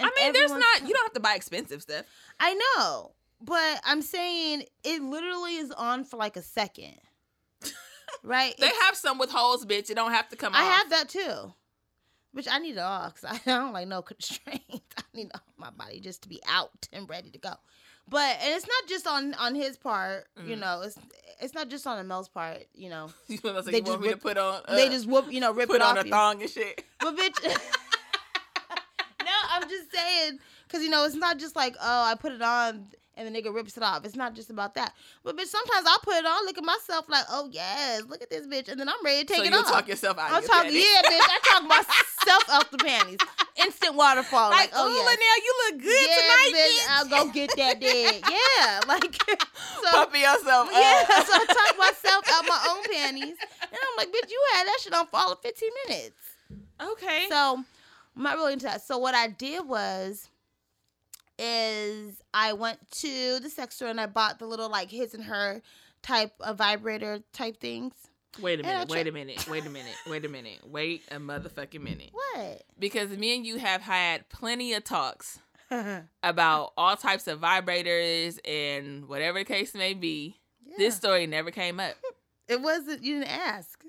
S1: I
S2: And
S1: mean, there's
S2: everyone's
S1: not.
S2: time.
S1: You don't have to buy expensive stuff.
S2: I know, but I'm saying it literally is on for like a second, right?
S1: They
S2: It's-
S1: have some with holes, bitch. It don't have to come
S2: I
S1: off.
S2: have that too. Which I need it all because I don't like no constraint. I need all my body just to be out and ready to go. But and it's not just on on his part, you
S1: Mhm.
S2: know. It's it's not just on Mel's part, you know.
S1: You know, like
S2: They
S1: you want
S2: just
S1: me to
S2: rip-
S1: put on. Uh,
S2: they just whoop, you know, rip
S1: put
S2: it
S1: on
S2: off.
S1: a
S2: you.
S1: thong and shit.
S2: But bitch, no, I'm just saying because you know it's not just like oh I put it on and the nigga rips it off. It's not just about that. But bitch, sometimes I'll put it on, look at myself like oh yes, look at this bitch, and then I'm ready to take
S1: so
S2: it
S1: you
S2: off.
S1: talk yourself out.
S2: I'm
S1: of your
S2: talking,
S1: panties.
S2: yeah, bitch. I talk myself out the panties. Instant waterfall.
S1: Like,
S2: Like, oh
S1: ooh,
S2: yeah,
S1: Linnell, you look good
S2: yeah,
S1: tonight,
S2: bitch,
S1: bitch.
S2: I'll go get that dick. Yeah, like so.
S1: Pumping yourself
S2: yeah,
S1: up.
S2: so I talk myself out my own panties, and I'm like, bitch, you had that shit on for all of 15 minutes.
S1: Okay.
S2: So I'm not really into that. So what I did was is I went to the sex store and I bought the little like his and her type of vibrator type things.
S1: wait a
S2: and I
S1: minute. Wait
S2: try-
S1: a minute. Wait a minute. Wait a minute. Wait a motherfucking minute.
S2: What?
S1: Because me and you have had plenty of talks about all types of vibrators and whatever the case may be. This story never came up.
S2: It wasn't. You didn't ask.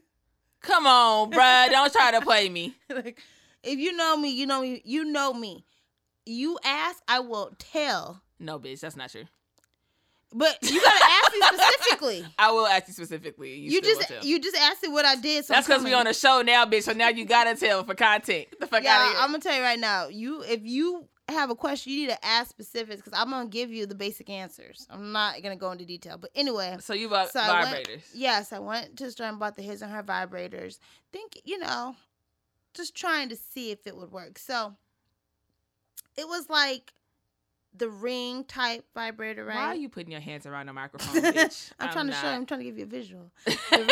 S1: Come on, bruh. Don't try to play me.
S2: like, if you know me, you know me. You know me. You ask, I will tell.
S1: No, bitch. That's not true.
S2: But you gotta ask me specifically.
S1: I will ask you specifically.
S2: You,
S1: still
S2: just
S1: won't tell.
S2: you just asked me what I did. So
S1: That's because we on
S2: a
S1: a show now, bitch. So now you gotta tell for content. Get The fuck out
S2: Yeah,
S1: of here.
S2: I'm gonna tell you right now. You if you have a question, you need to ask specifics because I'm gonna give you the basic answers. I'm not gonna go into detail. But anyway,
S1: so you bought
S2: So I went-
S1: vibrators.
S2: yes, I went to the store and bought the his and her vibrators. Think you know, just trying to see if it would work. So it was like the ring type vibrator, right?
S1: Why are you putting your hands around the microphone, bitch?
S2: I'm, trying to show. you-
S1: not.
S2: I'm trying to give you a visual. The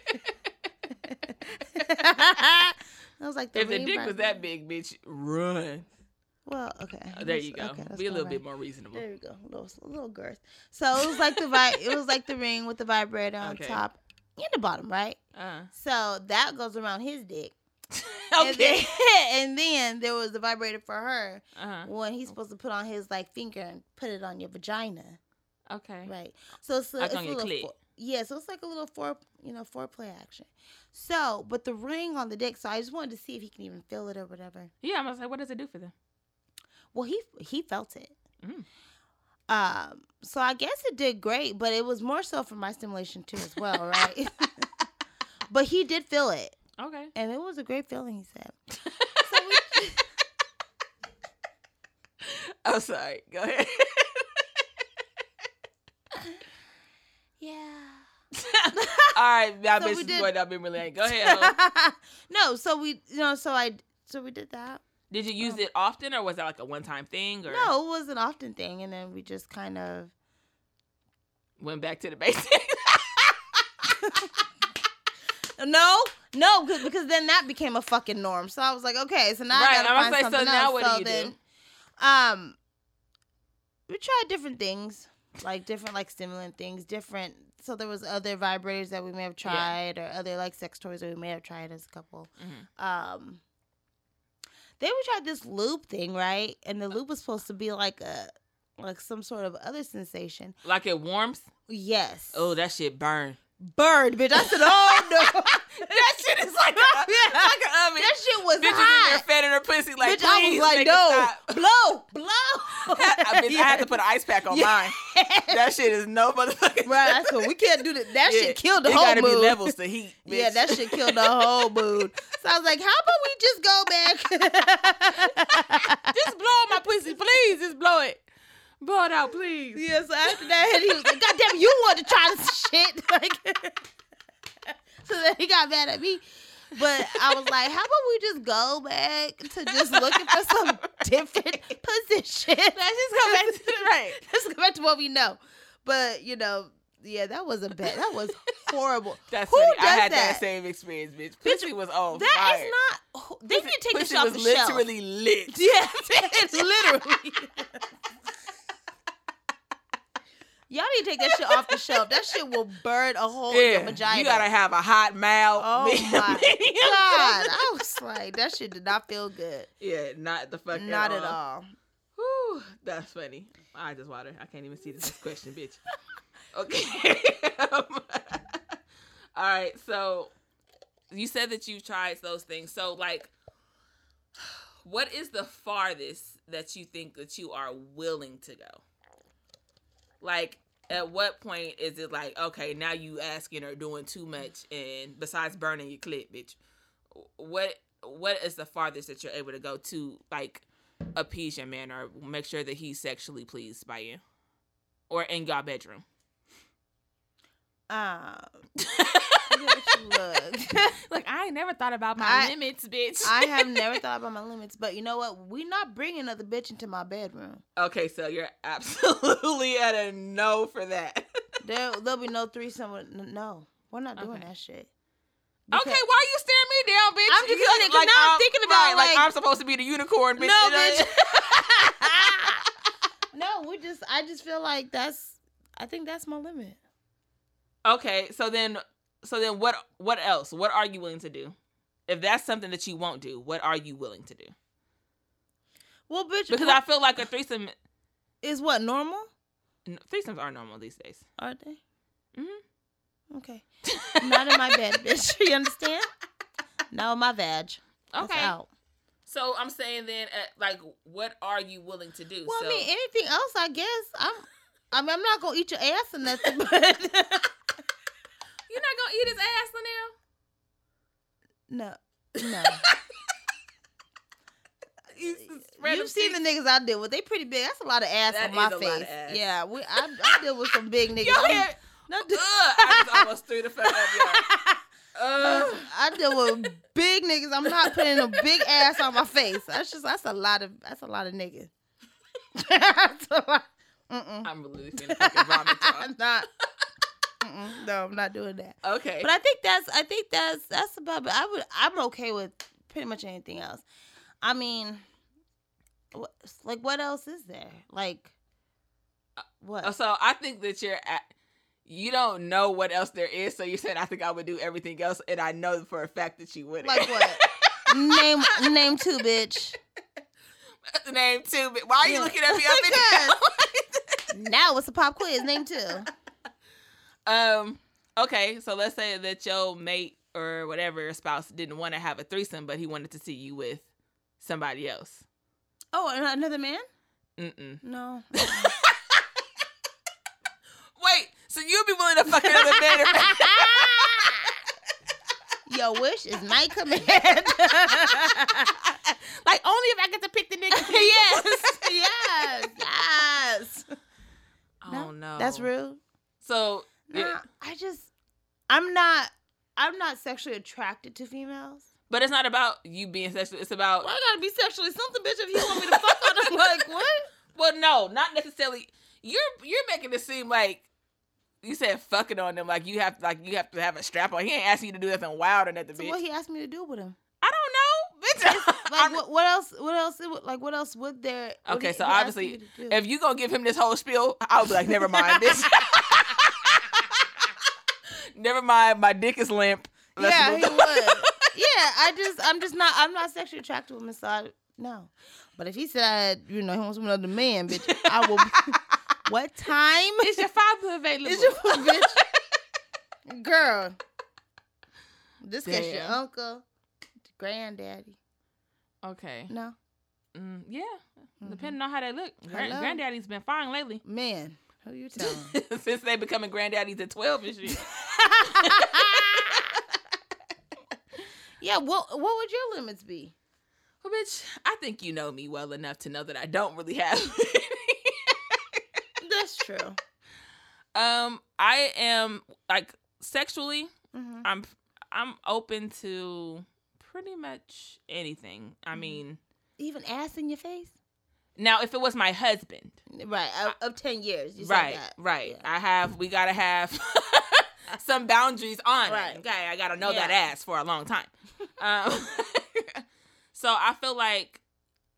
S2: ring. I was like, the
S1: if the
S2: ring
S1: dick was that
S2: vibrator.
S1: big, bitch, run.
S2: Well, okay.
S1: Oh, there
S2: that's-
S1: you go.
S2: okay, that's
S1: Be a
S2: not
S1: little
S2: right.
S1: bit more reasonable.
S2: There we go. A little, a little girth. So it was like the vi- it was like the ring with the vibrator on
S1: Okay.
S2: top and the bottom, right?
S1: Uh,
S2: So that goes around his dick. And
S1: okay.
S2: then, and then there was the vibrator for her
S1: Uh
S2: when he's supposed to put on his like finger and put it on your vagina,
S1: huh. Okay.
S2: right? So it's, a,
S1: Like
S2: it's
S1: on
S2: a
S1: your
S2: little
S1: clit.
S2: fo- yeah. So it's like a little fore you know foreplay action. So but the ring on the dick. So I just wanted to see if he can even feel it or whatever.
S1: Yeah, I'm gonna say, what does it do for them?
S2: Well, he he felt it.
S1: Mm.
S2: Um, so I guess it did great, but it was more so for my stimulation too as well, right? but he did feel it,
S1: Okay.
S2: and it was a great feeling. He said. So we,
S1: I'm Oh, sorry. Go ahead.
S2: yeah.
S1: All right, y'all
S2: So we
S1: bitches
S2: did-
S1: going down memory lane. Go ahead. hoe.
S2: no, so we you know so I so we did that.
S1: Did you use
S2: Um,
S1: it often, or was that like a one-time thing, or
S2: No, it was an often thing, and then we just kind of
S1: went back to the basics?
S2: no. No, because because then that became a fucking norm. So I was like, okay, so now
S1: Right,
S2: I gotta
S1: I'm
S2: find
S1: gonna say, so
S2: something
S1: now
S2: else.
S1: what do
S2: so
S1: you do?
S2: then, um, we tried different things, like different like stimulant things, different. So there was other vibrators that we may have
S1: Mm-hmm.
S2: tried, or other like sex toys that we may have tried as a couple.
S1: Mhm.
S2: Um, They were trying this lube thing, right? And the lube was supposed to be like a like some sort of other sensation.
S1: Like it warms.
S2: Yes.
S1: Oh, that shit burn.
S2: bird, bitch! I said, oh no,
S1: That shit is like a, like an oven.
S2: that shit was
S1: Bitch is in there
S2: hot.
S1: fanning her pussy like,
S2: bitch, I was
S1: "Please,
S2: like,
S1: make it
S2: no,
S1: stop."
S2: blow, blow.
S1: I, bitch, I had to put an ice pack on
S2: Yeah.
S1: mine. That shit is no motherfucking.
S2: Right, that's what we can't do that. That
S1: Yeah.
S2: shit killed the
S1: it
S2: whole
S1: gotta
S2: mood.
S1: be levels to heat. Bitch.
S2: Yeah, that shit killed the whole mood. So I was like, how about we just go back?
S1: Just blow on my pussy, please. Just blow it. Blow it out, please.
S2: yeah, so after that, he was like, God damn, you want to try this shit. Like, so then he got mad at me. But I was like, how about we just go back to just looking for some different position?
S1: Let's just go back to the right.
S2: Let's go back to what we know. But, you know, yeah, that was a bad. That was horrible.
S1: That's
S2: Who
S1: funny. I
S2: does
S1: had that?
S2: that?
S1: same experience, bitch.
S2: Bitch,
S1: Pussy was on
S2: That
S1: fire.
S2: is not. They
S1: Pussy-
S2: need to take
S1: pussy
S2: this off the
S1: was
S2: shelf.
S1: literally lit.
S2: Yeah, it's literally. Y'all need to take that shit off the shelf. That shit will burn a hole in your vagina.
S1: you gotta have a hot mouth.
S2: Oh
S1: medium-
S2: my
S1: medium-
S2: God, I was like, that shit did not feel good.
S1: Yeah, not the fuck.
S2: not at all.
S1: Whew, that's funny. My eyes is water. I can't even see this next question, bitch. Okay. all right. So you said that you tried those things. So like, what is the farthest that you think that you are willing to go? Like, at what point is it like, okay, now you asking or doing too much, and besides burning your clit, bitch, what what is the farthest that you're able to go to like appease your man or make sure that he's sexually pleased by you or in your bedroom.
S2: Um, look,
S1: like I ain't never thought about
S2: my
S1: limits, bitch.
S2: I have never thought about my limits, but you know what? We're not bringing another bitch into my bedroom.
S1: okay, so you're absolutely at a no for that.
S2: There, there'll be no threesome. with- No, we're not doing
S1: Okay.
S2: that
S1: okay,
S2: shit. Because-
S1: why you staring me down, bitch?
S2: I'm just
S1: You
S2: looking- 'cause now I'm thinking about,
S1: right,
S2: like-
S1: I'm supposed to be the unicorn, bitch.
S2: No,
S1: and I-
S2: bitch. No, we just. I just feel like that's. I think that's my limit.
S1: okay, so then, so then, what, what else? What are you willing to do? If that's something that you won't do, what are you willing to do?
S2: Well, bitch,
S1: Because I feel like a threesome,
S2: is what normal?
S1: threesomes are normal these days.
S2: Are they?
S1: Mhm.
S2: Okay. Not in my bed, bitch. You understand? No, my vag. That's
S1: Okay,
S2: out.
S1: So I'm saying then, uh, like, what are you willing to do?
S2: Well,
S1: so,
S2: I mean, anything else, I guess. I'm. I mean, I'm not gonna eat your ass or nothing, but
S1: you're not gonna eat his ass now.
S2: no, no.
S1: You
S2: You've seen the niggas I deal with. They pretty big. That's a lot of ass
S1: That
S2: on my
S1: is a
S2: face.
S1: lot of ass.
S2: Yeah, we. I, I deal with some big niggas.
S1: Your
S2: I'm-
S1: hair.
S2: no,
S1: Ugh,
S2: dude.
S1: I just almost threw the fuck up. y'all. Ugh.
S2: I deal with big niggas. I'm not putting a big ass on my face. That's just that's a lot of that's a lot of niggas. That's a lot- Mm-mm.
S1: I'm really finna fucking vomit.
S2: I'm not. Mm-mm. No, I'm not doing that.
S1: Y'all. Okay.
S2: But I think that's I think that's that's about. But I would I'm okay with pretty much anything else. I mean, wha- like what else is there? Like what?
S1: Uh, so I think that you're at. You don't know what else there is, so you said I think I would do everything else, and I know for a fact that you wouldn't.
S2: Like what? name name two, bitch.
S1: Name two. but Why are you
S2: Yeah.
S1: looking at me up and down?
S2: Now it's a pop quiz. Name two.
S1: Um. Okay, so let's say that your mate or whatever your spouse didn't want to have a threesome, but he wanted to see you with somebody else.
S2: Oh, and another man?
S1: Mm-mm.
S2: No.
S1: Wait, so you'd be willing to fuck another man? if-
S2: Your wish is my command.
S1: like only if I get to pick the nigga. yes.
S2: yes, yes.
S1: Oh no,
S2: That's rude.
S1: So
S2: Nah,
S1: yeah,
S2: I just, I'm not, I'm not sexually attracted to females.
S1: but it's not about you being sexual. It's about
S2: I gotta be sexually something, bitch. If you want me to fuck on them, like what?
S1: well, no, not necessarily. You're you're making it seem like. You said fucking on them like you have like you have to have a strap on. He ain't asking you to do nothing wild or nothing.
S2: So
S1: bitch.
S2: what he asked me to do with him?
S1: I don't know, bitch.
S2: Like
S1: I'm-
S2: what, what else? What else? it would- Like what else would there? would
S1: Okay,
S2: he-
S1: so
S2: he ask
S1: obviously,
S2: you to do?
S1: if you gonna give him this whole spiel, I'll be like, never mind, bitch. never mind, my dick is limp. Let's
S2: yeah,
S1: move
S2: he
S1: on.
S2: would. yeah, I just, I'm just not, I'm not sexually attracted to women, so I, No. But if he said, you know, he wants another man, bitch, I will. what time?
S1: Is your father available?
S2: Is your bitch? Girl. This guy's your
S1: Damn.
S2: uncle, granddaddy.
S1: okay.
S2: No.
S1: Mm, yeah.
S2: Mhm.
S1: Depending on how they look. Gran-
S2: Hello.
S1: granddaddy's been fine lately.
S2: Man. Who you telling?
S1: Since they becoming granddaddies at 12 and shit.
S2: yeah, what what would your limits be?
S1: Well, bitch, I think you know me well enough to know that I don't really have.
S2: That's true.
S1: um, I am like sexually,
S2: hmm
S1: I'm I'm open to pretty much anything. I
S2: Mhm.
S1: mean,
S2: Even ass in your face?
S1: now if it was my husband,
S2: Right. Of, of 10 years. You
S1: right,
S2: said that.
S1: right,
S2: Yeah.
S1: I have we gotta have some boundaries on
S2: Right.
S1: it. Okay, I gotta know that
S2: Yeah.
S1: ass for a long time. um, so I feel like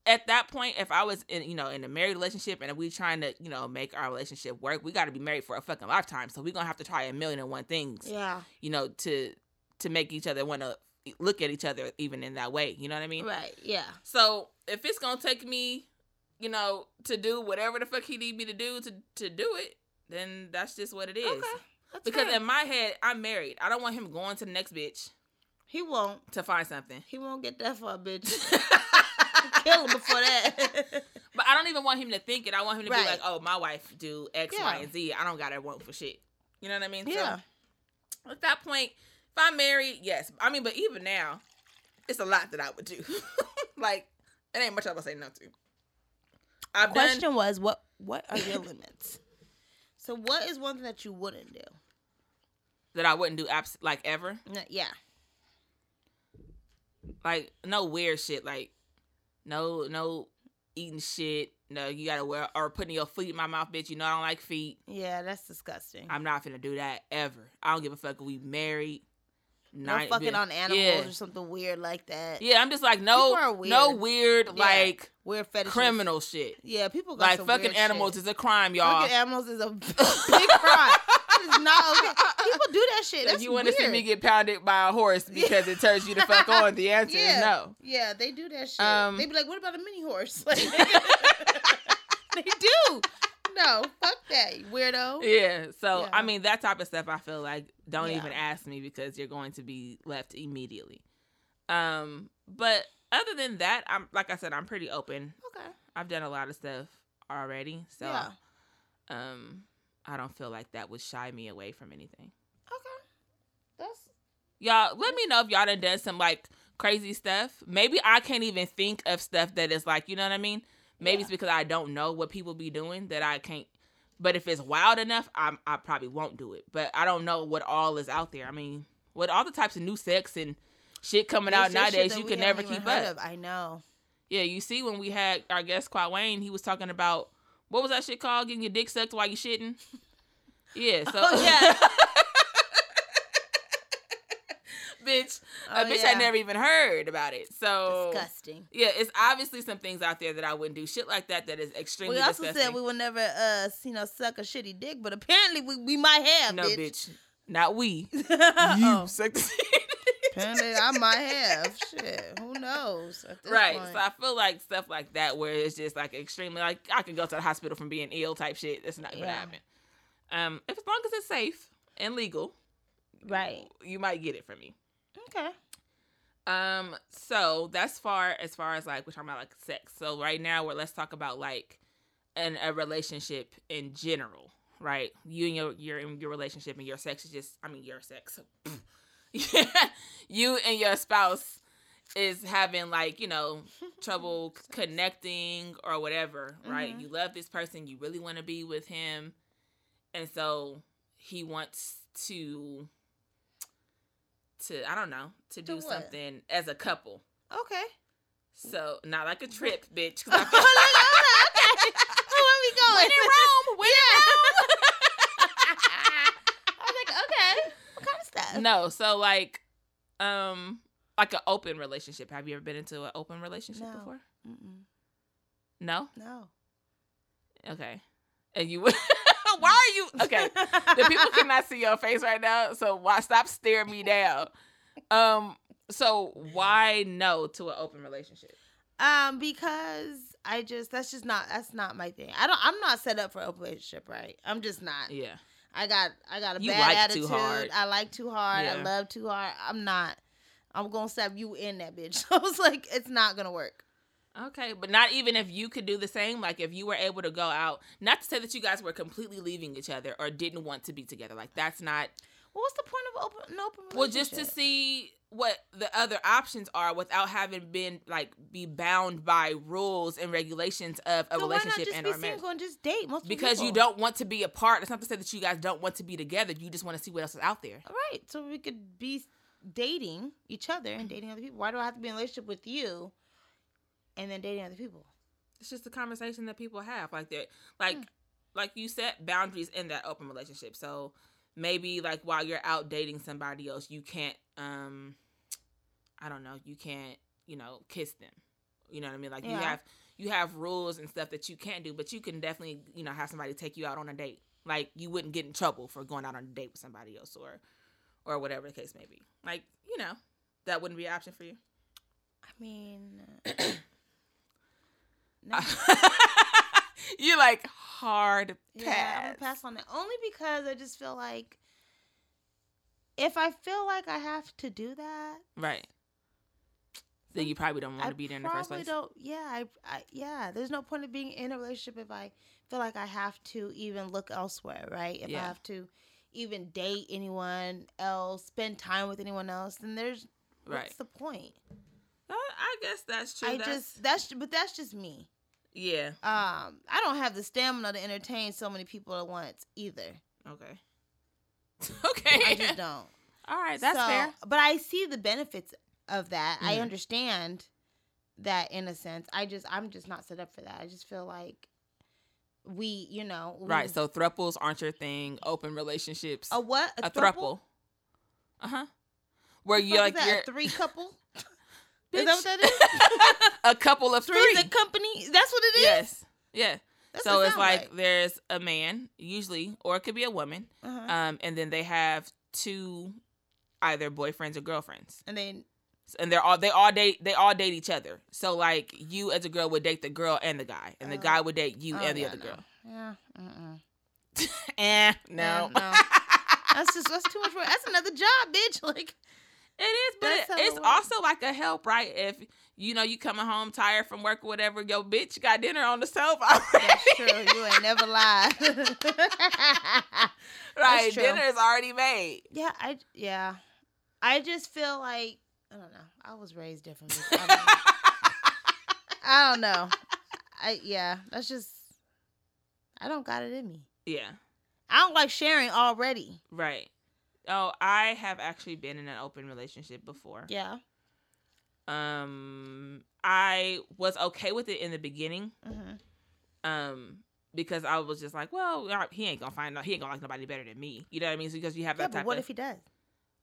S1: at that point, if I was in you know in a married relationship and we trying to you know make our relationship work, we gotta be married for a fucking lifetime. So we gonna have to try a million and one things.
S2: Yeah.
S1: you know, to to make each other want to look at each other even in that way. You know what I mean?
S2: Right. Yeah.
S1: So if it's gonna take me, you know, to do whatever the fuck he need me to do to to do it, then that's just what it is.
S2: Okay. That's
S1: Because
S2: fair.
S1: in my head, I'm married. I don't want him going to the next bitch
S2: he won't.
S1: to find something.
S2: He won't get that far, bitch.
S1: but
S2: Kill him before that.
S1: I don't even want him to think it. I want him to
S2: Right.
S1: be like, "Oh, my wife do X, Y,
S2: Yeah.
S1: and Z. I don't gotta want for shit." You know what I mean?
S2: yeah.
S1: So at that point, if I'm married, yes. I mean, but even now, it's a lot that I would do. like, it ain't much I would say no to. I've done
S2: Question was what what are your limits? So what is one thing that you wouldn't do?
S1: that I wouldn't do abs- like ever.
S2: N- Yeah.
S1: Like no weird shit. Like no no eating shit. No, you gotta wear or putting your feet in my mouth, bitch. You know I don't like feet.
S2: Yeah, that's disgusting.
S1: I'm not finna do that ever. I don't give a fuck if we married.
S2: no
S1: Nine-
S2: fucking
S1: yeah.
S2: on animals
S1: Yeah.
S2: or something weird like that.
S1: Yeah, I'm just like no
S2: People are
S1: no
S2: weird.
S1: weird
S2: Yeah.
S1: like
S2: Weird fetishes.
S1: criminal shit.
S2: Yeah, people got
S1: Like
S2: some
S1: fucking
S2: weird
S1: animals
S2: shit.
S1: is a crime, y'all.
S2: Fucking animals is a big crime. it's not okay. People do that shit.
S1: Like,
S2: That's
S1: you
S2: want
S1: want to see me get pounded by a horse because it turns you the fuck on? The answer
S2: yeah.
S1: is no.
S2: Yeah, they do that shit.
S1: Um,
S2: they be like, "What about a mini horse?" Like, they do. No, fuck that, you weirdo.
S1: Yeah. So
S2: Yeah.
S1: I mean that type of stuff I feel like don't
S2: Yeah.
S1: even ask me because you're going to be left immediately. Um but other than that, I'm like I said, I'm pretty open.
S2: Okay.
S1: I've done a lot of stuff already. So
S2: yeah.
S1: um I don't feel like that would shy me away from anything.
S2: Okay. That's
S1: Y'all let me know if y'all done done some like crazy stuff. Maybe I can't even think of stuff that is like, you know what I mean? Maybe it's because I don't know what people be doing that I can't. But if it's wild enough, I'm, I probably won't do it. But I don't know what all is out there. I mean, with all the types of new sex and shit coming
S2: There's
S1: out
S2: just shit
S1: nowadays,
S2: that
S1: you
S2: we
S1: can never
S2: haven't even
S1: keep
S2: heard
S1: up.
S2: of. I know.
S1: Yeah, you see, when we had our guest Quad Wayne, he was talking about what was that shit called? Getting your dick sucked while you shitting. Yeah, so
S2: Oh, yeah.
S1: bitch,
S2: Oh,
S1: a bitch
S2: yeah.
S1: had never Oh. even heard about it. So
S2: Disgusting.
S1: yeah, it's obviously some things out there that I wouldn't do. Shit like that that is extremely
S2: We also
S1: disgusting.
S2: said we would never, uh, you know, suck a shitty dick, but apparently we, we might have.
S1: no,
S2: bitch.
S1: bitch. not we. You
S2: Oh.
S1: suck the
S2: Apparently I might have. Shit, who knows? at this
S1: Right.
S2: point.
S1: So I feel like stuff like that where it's just like extremely like I could go to the hospital from being ill type shit. That's not gonna
S2: Yeah.
S1: happen. Um, if as long as it's safe and legal,
S2: Right.
S1: you might get it from me.
S2: Okay.
S1: Um, so that's far as far as like we're talking about like sex. So right now we're let's talk about like an a relationship in general, right? You and your your in your relationship and your sex is just I mean your sex. you and your spouse is having like, you know, trouble c- connecting or whatever, right?
S2: Mhm.
S1: You love this person, you really want to be with him. And so he wants to to I don't know, to do
S2: what?
S1: something as a couple.
S2: Okay.
S1: So not like a trip, bitch. 'cause
S2: Oh,
S1: I
S2: look,
S1: feel-
S2: oh, okay. Oh, where we
S1: When in
S2: going?
S1: Rome, when
S2: I was like, okay, what kind of stuff?
S1: in- no, so like, um, like an open relationship. Have you ever been into an open relationship
S2: No.
S1: before?
S2: Mm-mm.
S1: No.
S2: No.
S1: Okay. And you, why are you okay? the people cannot see your face right now, so why stop staring me down? Um, so why no to an open relationship?
S2: Um, because I just that's just not that's not my thing. I don't I'm not set up for a relationship, right? I'm just not.
S1: Yeah.
S2: I got I got a
S1: You
S2: bad
S1: like too
S2: attitude.
S1: hard.
S2: I like too hard. I
S1: Yeah.
S2: love too hard. I'm not. I'm gonna stab you in that bitch. I was like, it's not gonna work.
S1: Okay, but not even if you could do the same. Like if you were able to go out, not to say that you guys were completely leaving each other or didn't want to be together. Like that's not.
S2: Well, what's the point of open an open relationship?
S1: Well, just to see what the other options are without having been like be bound by rules and regulations of a
S2: so
S1: relationship
S2: why not
S1: and
S2: just
S1: our
S2: be
S1: marriage.
S2: single and just date multiple
S1: Because you
S2: people?
S1: don't want to be apart. It's not to say that you guys don't want to be together. You just want to see what else is out there.
S2: All right, so we could be dating each other and dating other people. Why do I have to be in a relationship with you, and then dating other people?
S1: It's just a conversation that people have. Like that, like,
S2: Hmm.
S1: like you set boundaries in that open relationship. So maybe like while you're out dating somebody else, you can't, um, I don't know, you can't, you know, kiss them. You know what I mean? Like you
S2: Yeah.
S1: have you have rules and stuff that you can't do, but you can definitely, you know, have somebody take you out on a date. Like you wouldn't get in trouble for going out on a date with somebody else or or whatever the case may be. Like, you know, that wouldn't be an option for you.
S2: I mean, no.
S1: you like hard pass.
S2: Yeah, I'm gonna pass on it only because I just feel like if I feel like I have to do that,
S1: Right. Then you probably don't want
S2: I
S1: to be there in the
S2: probably
S1: first place.
S2: don't. Yeah, I, I, yeah. There's no point of being in a relationship if I feel like I have to even look elsewhere, right? If I
S1: Yeah.
S2: have to even date anyone else, spend time with anyone else, then there's
S1: Right.
S2: what's the point?
S1: Uh, I guess that's true.
S2: I
S1: that's,
S2: just that's but that's just me.
S1: yeah.
S2: Um, I don't have the stamina to entertain so many people at once either.
S1: Okay. okay.
S2: I just don't.
S1: All right. That's
S2: So-
S1: fair.
S2: But I see the benefits of that. I
S1: Mhm.
S2: understand that in a sense. I just I'm just not set up for that. I just feel like we, you know, we-
S1: Right. So thruples aren't your thing. Open relationships.
S2: mm. a what
S1: a
S2: throuple?
S1: thruple. Uh huh. Where
S2: Fuck
S1: you're
S2: is
S1: like
S2: that?
S1: you're
S2: a three couple.
S1: Bitch.
S2: is that what that is?
S1: a couple of three.
S2: Three's a company. That's what it is.
S1: yes. Yeah.
S2: That's
S1: so
S2: what it
S1: it's
S2: sound
S1: like there's a man usually, or it could be a woman,
S2: Uh-huh.
S1: um, and then they have two, either boyfriends or girlfriends.
S2: and then
S1: and they're all they all date they all date each other. So like you as a girl would date the girl and the guy, and the
S2: Oh.
S1: guy would date you
S2: oh,
S1: and the
S2: yeah,
S1: other
S2: no.
S1: girl.
S2: Yeah. Mm-mm.
S1: Eh,
S2: Yeah,
S1: no.
S2: no. That's just that's too much work. That's another job, bitch. Like
S1: it is, but
S2: That's how
S1: it's
S2: it works.
S1: also like a help, right? If you know you coming home tired from work or whatever, yo bitch got dinner on the sofa. already.
S2: that's true. You ain't never lied.
S1: right,
S2: true.
S1: dinner is already made.
S2: Yeah, I yeah, I just feel like I don't know. I was raised differently. I don't know. I, don't know. I yeah, that's just I don't got it in me.
S1: yeah,
S2: I don't like sharing already.
S1: right. Oh, I have actually been in an open relationship before.
S2: Yeah.
S1: Um, I was okay with it in the beginning.
S2: Mm-hmm.
S1: um because I was just like, well, all right, he ain't gonna find out. He ain't gonna like nobody better than me. You know what I mean? So because you have
S2: Yeah,
S1: that
S2: but
S1: type
S2: what
S1: of
S2: if he does?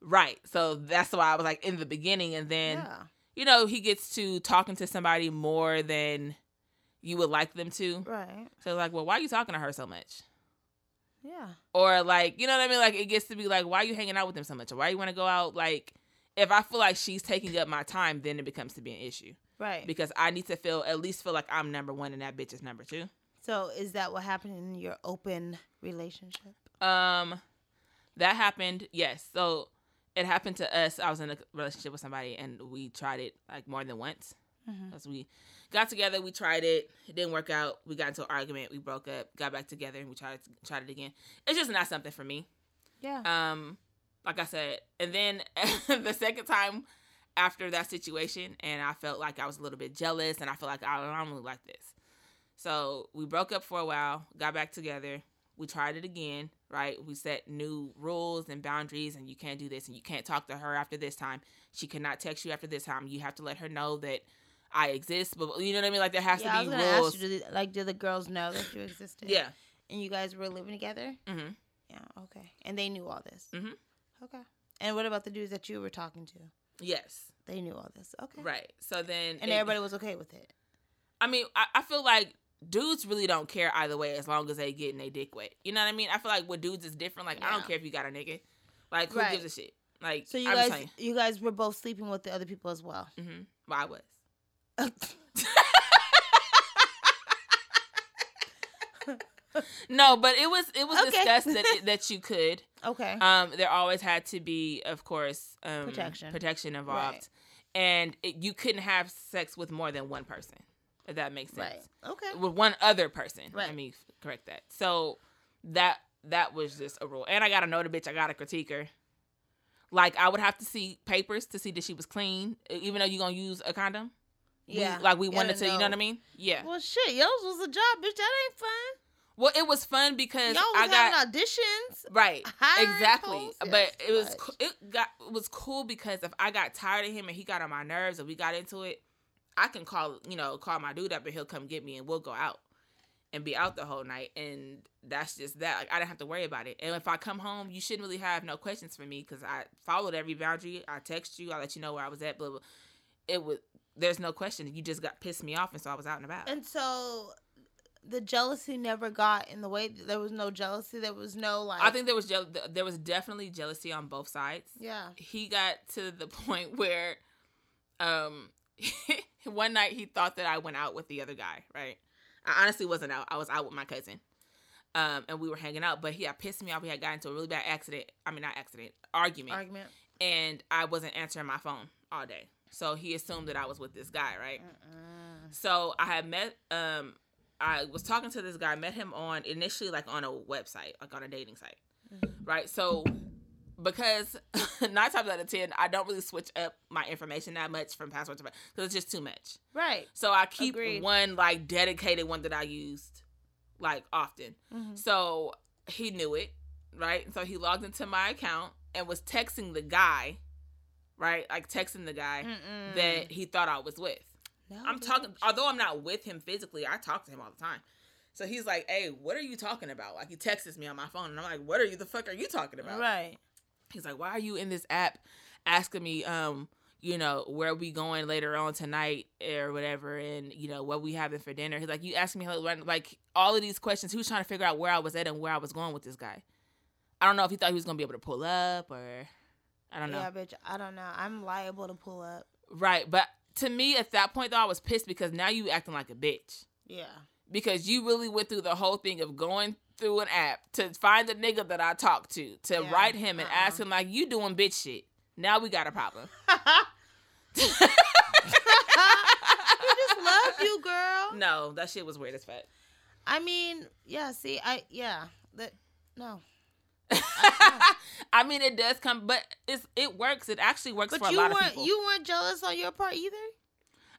S1: right. So that's why I was like in the beginning, and then
S2: yeah.
S1: you know he gets to talking to somebody more than you would like them to.
S2: Right.
S1: So like, well, why are you talking to her so much?
S2: Yeah.
S1: Or like, you know what I mean? Like it gets to be like, why are you hanging out with them so much? Or why you want to go out? Like, if I feel like she's taking up my time, then it becomes to be an issue
S2: Right.
S1: because I need to feel at least feel like I'm number one and that bitch is number two.
S2: so is that what happened in your open relationship?
S1: Um, that happened. Yes. So it happened to us. I was in a relationship with somebody, and we tried it like more than once.
S2: Mm-hmm.
S1: Because we got together, we tried it. It didn't work out. We got into an argument. We broke up. Got back together, and we tried tried it again. It's just not something for me.
S2: Yeah.
S1: Um, like I said, and then the second time after that situation, and I felt like I was a little bit jealous, and I felt like I don't really like this. So we broke up for a while, got back together. We tried it again, right? We set new rules and boundaries, and you can't do this, and you can't talk to her after this time. She cannot text you after this time. You have to let her know that I exist. But you know what I mean? Like there has
S2: yeah, I
S1: to
S2: was
S1: be
S2: gonna
S1: rules.
S2: ask you, did, like, did the girls know that you existed?
S1: yeah.
S2: And you guys were living together?
S1: hmm
S2: Yeah, okay. And they knew all this.
S1: Mhm.
S2: Okay. And what about the dudes that you were talking to?
S1: Yes.
S2: They knew all this. Okay.
S1: Right. So then
S2: And
S1: it-
S2: everybody was okay with it.
S1: I mean, I, I feel like dudes really don't care either way as long as they getting their dick wet. You know what I mean? I feel like with dudes it's different. Like I
S2: Yeah.
S1: don't care if you got a nigga. Like who
S2: Right.
S1: gives a shit? Like
S2: So you
S1: I'm
S2: guys
S1: saying.
S2: you guys were both sleeping with the other people as well.
S1: Mm-hmm. Well, I was. No, but it was it was
S2: Okay.
S1: discussed that it- that you could.
S2: okay.
S1: Um, there always had to be, of course, um,
S2: Protection.
S1: protection involved,
S2: Right.
S1: and it, you couldn't have sex with more than one person. If that makes sense,
S2: right. Okay.
S1: with one other person. Let
S2: Right.
S1: me f- correct that. So that that was just a rule, and I gotta know the bitch. I gotta critique her. Like I would have to see papers to see that she was clean, e- even though you gonna use a condom. We-
S2: Yeah.
S1: like we
S2: gotta
S1: wanted to, you know what I mean? Yeah.
S2: Well, shit, yours was a job, bitch. That ain't fun.
S1: Well, it was fun because
S2: Y'all
S1: I
S2: was
S1: got
S2: having auditions.
S1: Right.
S2: hiring
S1: Exactly.
S2: hoes?
S1: But
S2: Yes,
S1: it was
S2: fudge.
S1: co- it got it was cool because if I got tired of him and he got on my nerves and we got into it, I can call you know call my dude up and he'll come get me and we'll go out and be out the whole night and that's just that. Like I didn't have to worry about it. And if I come home, you shouldn't really have no questions for me because I followed every boundary. I text you. I let you know where I was at. Blah blah. It was there's no question. You just got pissed me off and so I was out and about.
S2: And so the jealousy never got in the way. There was no jealousy. There was no like.
S1: I think there was jeal- there was definitely jealousy on both sides.
S2: Yeah.
S1: he got to the point where um one night he thought that I went out with the other guy, right? I honestly wasn't out. I was out with my cousin. Um and we were hanging out, but he had pissed me off. We had gotten into a really bad accident. I mean not accident, argument.
S2: Argument.
S1: and I wasn't answering my phone all day. So he assumed that I was with this guy, right?
S2: Mm-mm.
S1: So I had met um I was talking to this guy, met him on initially like on a website, like on a dating site.
S2: Mhm.
S1: Right? So because nine times out of ten, I don't really switch up my information that much from password to because it's just too much.
S2: Right.
S1: So I keep
S2: Agreed.
S1: one like dedicated one that I used like often.
S2: hmm
S1: So he knew it, right? So he logged into my account and was texting the guy, right? Like texting the guy
S2: Mm-hmm.
S1: that he thought I was with.
S2: No,
S1: I'm
S2: bitch.
S1: talking, although I'm not with him physically, I talk to him all the time. So he's like, "Hey, what are you talking about?" Like he texts me on my phone, and I'm like, "What are you the fuck are you talking about?"
S2: Right.
S1: He's like, "Why are you in this app asking me, um, you know, where we going later on tonight or whatever, and you know what we having for dinner?" He's like, "You asking me like, like all of these questions." He was trying to figure out where I was at and where I was going with this guy. I don't know if he thought he was gonna be able to pull up or I don't know.
S2: Yeah, bitch. I don't know. I'm liable to pull up.
S1: Right, but to me at that point though, I was pissed because now you acting like a bitch.
S2: Yeah.
S1: because you really went through the whole thing of going through an app to find the nigga that I talked to, to
S2: Yeah,
S1: write him and
S2: uh-uh.
S1: ask him like you doing bitch shit. Now we got a problem.
S2: he just loved you, girl.
S1: No, that shit was weird as fuck.
S2: I mean, yeah. See, I yeah. That no.
S1: I mean, it does come, but it's it works. It actually works for
S2: But
S1: a
S2: you
S1: lot of
S2: weren't
S1: people.
S2: you weren't jealous on your part either.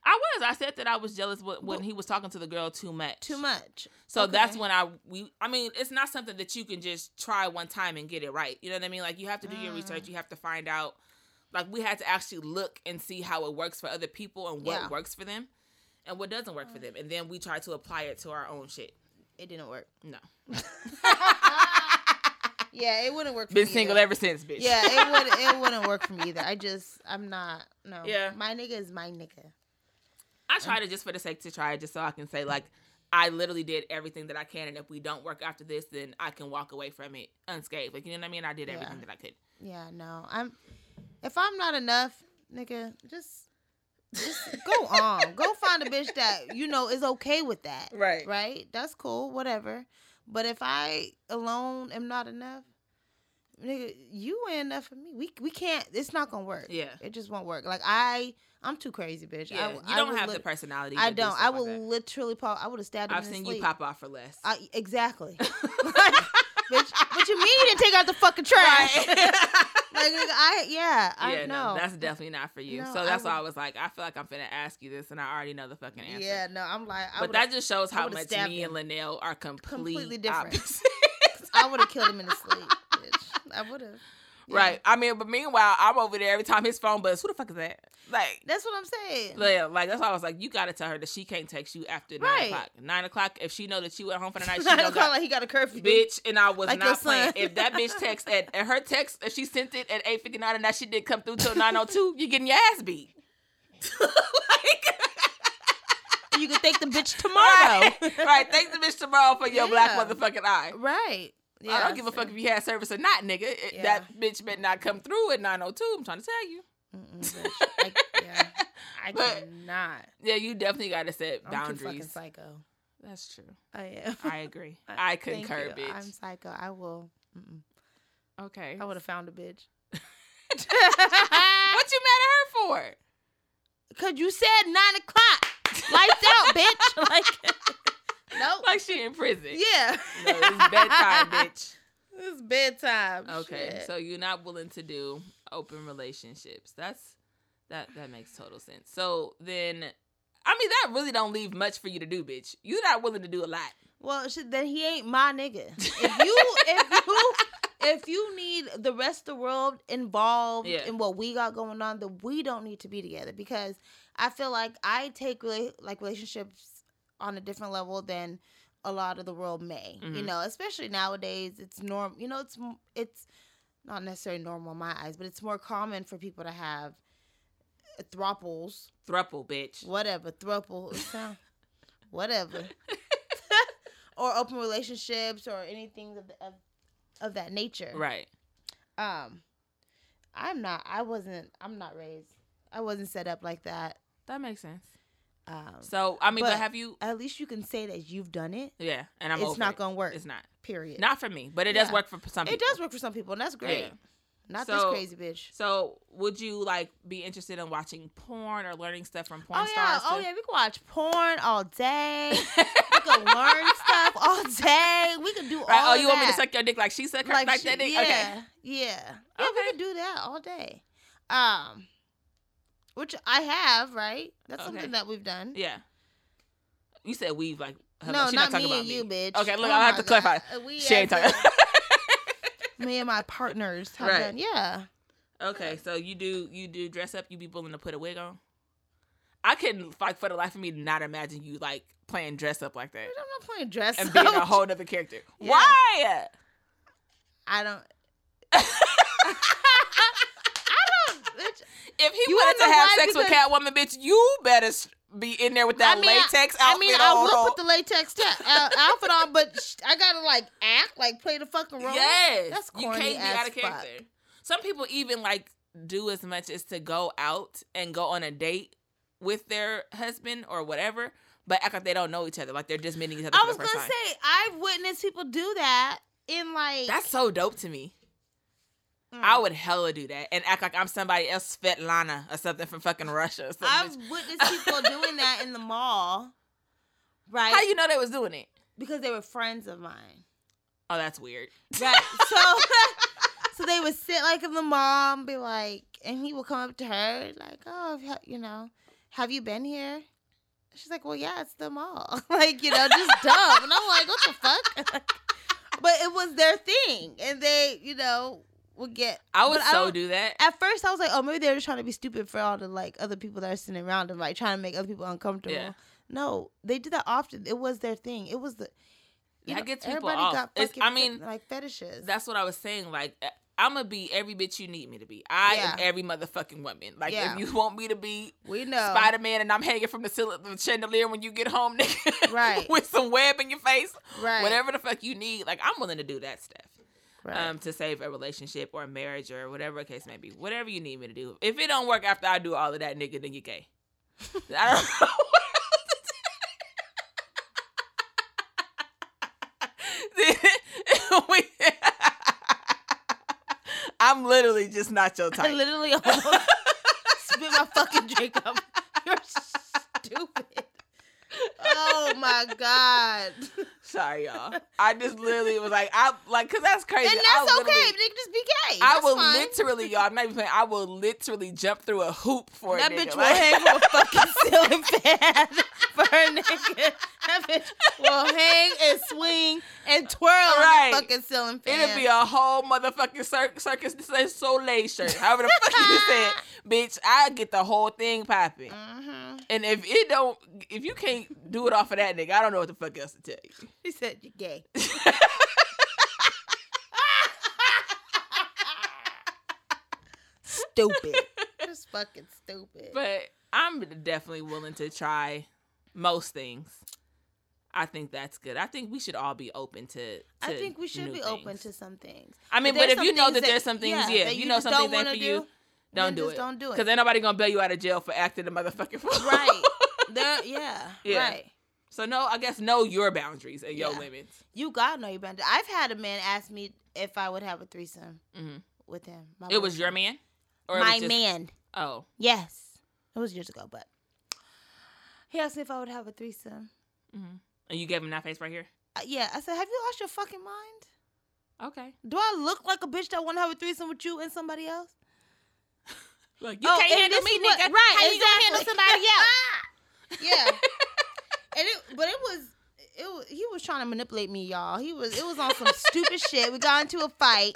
S1: I was. I said that I was jealous when, when
S2: But-
S1: he was talking to the girl too much.
S2: Too much.
S1: So that's
S2: Okay.
S1: when I we I mean it's not something that you can just try one time and get it right. You know what I mean? Like you have to do your
S2: Mm.
S1: research, you have to find out like we had to actually look and see how it works for other people and what
S2: Yeah. Mm.
S1: works for them and what doesn't work for them. And then we try to apply it to our own shit.
S2: It didn't work.
S1: No.
S2: Yeah, it wouldn't work. For
S1: Been
S2: me
S1: single
S2: either.
S1: ever since, bitch.
S2: Yeah, it would it wouldn't work for me either. I just I'm not no.
S1: Yeah.
S2: My nigga is my nigga.
S1: I tried it just for the sake to try it just so I can say like I literally did everything that I can and if we don't work after this then I can walk away from it unscathed. Like you know what I mean? I did
S2: Yeah.
S1: everything that I could.
S2: Yeah, no. I'm if I'm not enough, nigga, just just go on. Go find a bitch that you know is okay with that.
S1: Right.
S2: Right? That's cool, whatever. But if I alone am not enough, nigga, you ain't enough for me. We we can't it's not gonna work.
S1: Yeah.
S2: It just won't work. Like I I'm too crazy, bitch. I
S1: Yeah.
S2: w-
S1: you
S2: I
S1: don't
S2: would
S1: have
S2: lit-
S1: the personality.
S2: I
S1: to do
S2: don't.
S1: stuff
S2: I
S1: like
S2: would
S1: that.
S2: literally pop I would have stabbed him
S1: I've
S2: in his
S1: seen you
S2: sleep.
S1: pop off for less.
S2: I, exactly. bitch, what you mean you didn't take out the fucking trash? like, nigga, I yeah, I
S1: yeah,
S2: know.
S1: no, that's definitely not for you.
S2: No,
S1: so
S2: I
S1: that's why
S2: would-
S1: I was like, I feel like I'm finna ask you this, and I already know the fucking answer.
S2: yeah, no, I'm like, I
S1: but
S2: would have
S1: that just shows how
S2: would've
S1: much
S2: stabbed
S1: me and Linnell are complete
S2: Completely different.
S1: opposites.
S2: I would have killed him in his sleep, bitch. I would have.
S1: right? I mean, but meanwhile, I'm over there every time his phone buzz. Who the fuck is that? Like.
S2: That's what I'm saying.
S1: Yeah, like that's why I was like, you gotta tell her that she can't text you after nine
S2: Right.
S1: o'clock. Nine o'clock, if she know that you at home for the night, she
S2: I
S1: know
S2: don't call
S1: that
S2: like he got a curfew.
S1: bitch. And I was
S2: Mm-hmm. Like your
S1: not playing.
S2: son.
S1: If that bitch text at, at her text, if she sent it at eight fifty nine and that shit didn't come through till nine oh two, you're getting your ass beat. like,
S2: You can thank the bitch tomorrow.
S1: Right. right. Thanks to bitch tomorrow for your black
S2: Yeah.
S1: motherfucking eye.
S2: Right. Yeah.
S1: I don't give a fuck if you had service or not, nigga. It-
S2: Yeah.
S1: oh That bitch better not come through at 902. I'm trying to tell you.
S2: Mm-mm, bitch. I, yeah. I I
S1: But-
S2: cannot.
S1: Yeah, you definitely got to set
S2: I'm too fucking
S1: boundaries.
S2: psycho.
S1: That's true.
S2: I am.
S1: I agree.
S2: I-
S1: I
S2: Thank
S1: concur,
S2: you.
S1: bitch.
S2: I'm psycho. I will. Mm-mm.
S1: okay.
S2: I would have found a bitch.
S1: what you mad at her for?
S2: Cause you said nine o'clock. Lights out, bitch. Like, nope.
S1: Like she in prison.
S2: yeah.
S1: No, it's bedtime, bitch.
S2: It's bedtime.
S1: Okay,
S2: Shit.
S1: so you're not willing to do open relationships. That's that that makes total sense. So then, I mean, that really don't leave much for you to do, bitch. You're not willing to do a lot.
S2: Well, shit, then he ain't my nigga. If you, if you, if you need the rest of the world involved
S1: Yeah.
S2: in what we got going on, then we don't need to be together because I feel like I take really like relationships on a different level than a lot of the world may. You
S1: Mhm.
S2: know, especially nowadays, it's norm. You know, it's m- it's not necessarily normal in my eyes, but it's more common for people to have throuples
S1: Thruple, bitch.
S2: whatever throuple sound whatever or open relationships or anything of, the, of of that nature
S1: Right.
S2: um i'm not i wasn't i'm not raised i wasn't set up like that
S1: That makes sense.
S2: um
S1: So I mean, but,
S2: But-
S1: have you?
S2: at least you can say that you've done it
S1: Yeah, and I'm.
S2: it's
S1: over
S2: not
S1: it.
S2: gonna work
S1: It's not.
S2: period
S1: Not for me, but it does
S2: Yeah.
S1: work for some.
S2: it
S1: people.
S2: does work for some people and that's great
S1: Yeah.
S2: not
S1: So-
S2: this crazy bitch
S1: So would you like be interested in watching porn or learning stuff from porn
S2: Oh yeah,
S1: stars?
S2: oh
S1: to-
S2: yeah, we can watch porn all day. we can learn stuff all day. We can do all.
S1: Right? Oh,
S2: of
S1: you want me to
S2: that.
S1: suck your dick like she sucked her, like,
S2: she-
S1: that dick?
S2: Yeah,
S1: Okay.
S2: yeah, yeah. We
S1: Okay.
S2: could do that all day. Um, which I have, right? That's something
S1: Okay.
S2: that we've done.
S1: Yeah. You said we've like. hello,
S2: No,
S1: she
S2: not,
S1: talking
S2: me
S1: about
S2: and you, bitch.
S1: Okay, look,
S2: Oh
S1: I'll have
S2: my
S1: to
S2: God.
S1: clarify.
S2: Uh, We
S1: She ain't
S2: as
S1: talking.
S2: a- me and my partners have
S1: Right.
S2: done. Yeah,
S1: okay, so you do you do dress up? You be willing to put a wig on? I couldn't like for the life of me not imagine you like playing dress up like that
S2: But I'm not playing dress
S1: and being a
S2: up.
S1: whole other character.
S2: Yeah.
S1: Why?
S2: I don't. I don't. Bitch,
S1: If he
S2: You
S1: wanted to
S2: wanna know
S1: have
S2: why?
S1: sex with Catwoman, bitch, you better s- be in there with that
S2: I mean, I-
S1: latex
S2: I
S1: outfit
S2: mean, I
S1: on.
S2: would
S1: ho.
S2: put the latex ta- uh, outfit on, but sh- I gotta like act, like play the fucking role.
S1: Yes,
S2: That's corny as fuck.
S1: Some people even like do as much as to go out and go on a date with their husband or whatever, but act like they don't know each other, like they're just meeting each other
S2: I
S1: for
S2: was
S1: the
S2: gonna
S1: first time.
S2: say I've witnessed people do that in like
S1: That's so dope to me.
S2: Mm.
S1: I would hella do that and act like I'm somebody else, Svetlana or something from fucking Russia. Or
S2: I've
S1: something.
S2: witnessed people doing that in the mall, right?
S1: How you know they was doing it?
S2: because they were friends of mine,
S1: Oh, that's weird.
S2: right? so, so they would sit like in the mall and be like, and he would come up to her like, "Oh, have you- you know, have you been here?" She's like, "Well, yeah, it's the mall." like, you know, just dumb. And I'm like, "What the fuck?" but it was their thing, and they, you know, would get
S1: I would
S2: But I
S1: so
S2: don't-
S1: do that.
S2: at first I was like, oh, maybe they're just trying to be stupid for all the like other people that are sitting around them, like trying to make other people uncomfortable.
S1: Yeah.
S2: No, they do that often. It was their thing. It was the you
S1: That
S2: know,
S1: gets people
S2: everybody
S1: off.
S2: got
S1: It's-
S2: fucking
S1: I
S2: fe-
S1: mean,
S2: like fetishes.
S1: That's what I was saying. Like, I'm gonna be every bitch you need me to be. I am
S2: Yeah.
S1: every motherfucking woman. Like,
S2: Yeah.
S1: if you want me to be
S2: we know.
S1: Spider Man and I'm hanging from the, sil- the chandelier when you get home, nigga,
S2: Right.
S1: with some web in your face,
S2: right.
S1: whatever the fuck you need. Like, I'm willing to do that stuff
S2: Right.
S1: um, to save a relationship or a marriage or whatever the case may be. Whatever you need me to do. If it don't work after I do all of that, nigga, then you gay. I don't know. what else to say. Then- I'm literally just not your
S2: I
S1: type.
S2: literally almost spit my fucking drink up. You're stupid. Oh my god.
S1: Sorry, y'all. I just literally was like, I like, cause that's crazy.
S2: and
S1: I
S2: that's okay.
S1: literally-
S2: Nigga, just be gay.
S1: I
S2: That's
S1: will
S2: fine.
S1: literally, y'all. I'm not even playing. I will literally jump through a hoop for
S2: That
S1: a
S2: bitch
S1: nigga.
S2: will
S1: Like,
S2: hang from a fucking ceiling fan for her nigga. That bitch will hang and swing and twirl
S1: Right.
S2: on the fucking ceiling fan.
S1: It'll be a whole motherfucking cir- circus du soleil shirt. However the fuck you said, bitch. I get the whole thing popping.
S2: hmm
S1: And if it don't, if you can't do it off of that nigga, I don't know what the fuck else to tell you.
S2: He said you're gay. stupid. Just fucking stupid.
S1: But I'm definitely willing to try most things. I think that's good. I think we should all be open to. to
S2: I think we should
S1: new
S2: be
S1: things.
S2: open to some things.
S1: I mean,
S2: there's
S1: but if
S2: some
S1: you know
S2: things
S1: that there's some things, yeah,
S2: that
S1: you, know
S2: just
S1: some things
S2: don't
S1: ain't
S2: wanna
S1: for you.
S2: do,
S1: Don't
S2: Then
S1: do
S2: just
S1: it.
S2: Don't do
S1: Because
S2: it.
S1: ain't nobody gonna bail you out of jail for acting a motherfucking fool.
S2: right. There. Yeah,
S1: Yeah.
S2: Right.
S1: so no, I guess know your boundaries and your
S2: Yeah.
S1: limits.
S2: You gotta know your boundaries. I've had a man ask me if I would have a threesome
S1: hmm
S2: with him. My
S1: It was
S2: boyfriend.
S1: your man. Or it was
S2: my
S1: just-
S2: man.
S1: Oh,
S2: Yes. It was years ago, but he asked me if I would have a threesome.
S1: hmm and you gave him that face right here.
S2: Uh, yeah, I said, "Have you lost your fucking mind?
S1: Okay.
S2: Do I look like a bitch that want to have a threesome with you and somebody else?
S1: Like you
S2: Oh,
S1: can't
S2: and
S1: handle
S2: this
S1: me,
S2: is what-
S1: nigga.
S2: right,
S1: How you gonna handle
S2: exactly.
S1: somebody else?
S2: Yeah. and it, but it was, it was, he was trying to manipulate me, y'all. He was, it was on some stupid shit. We got into a fight,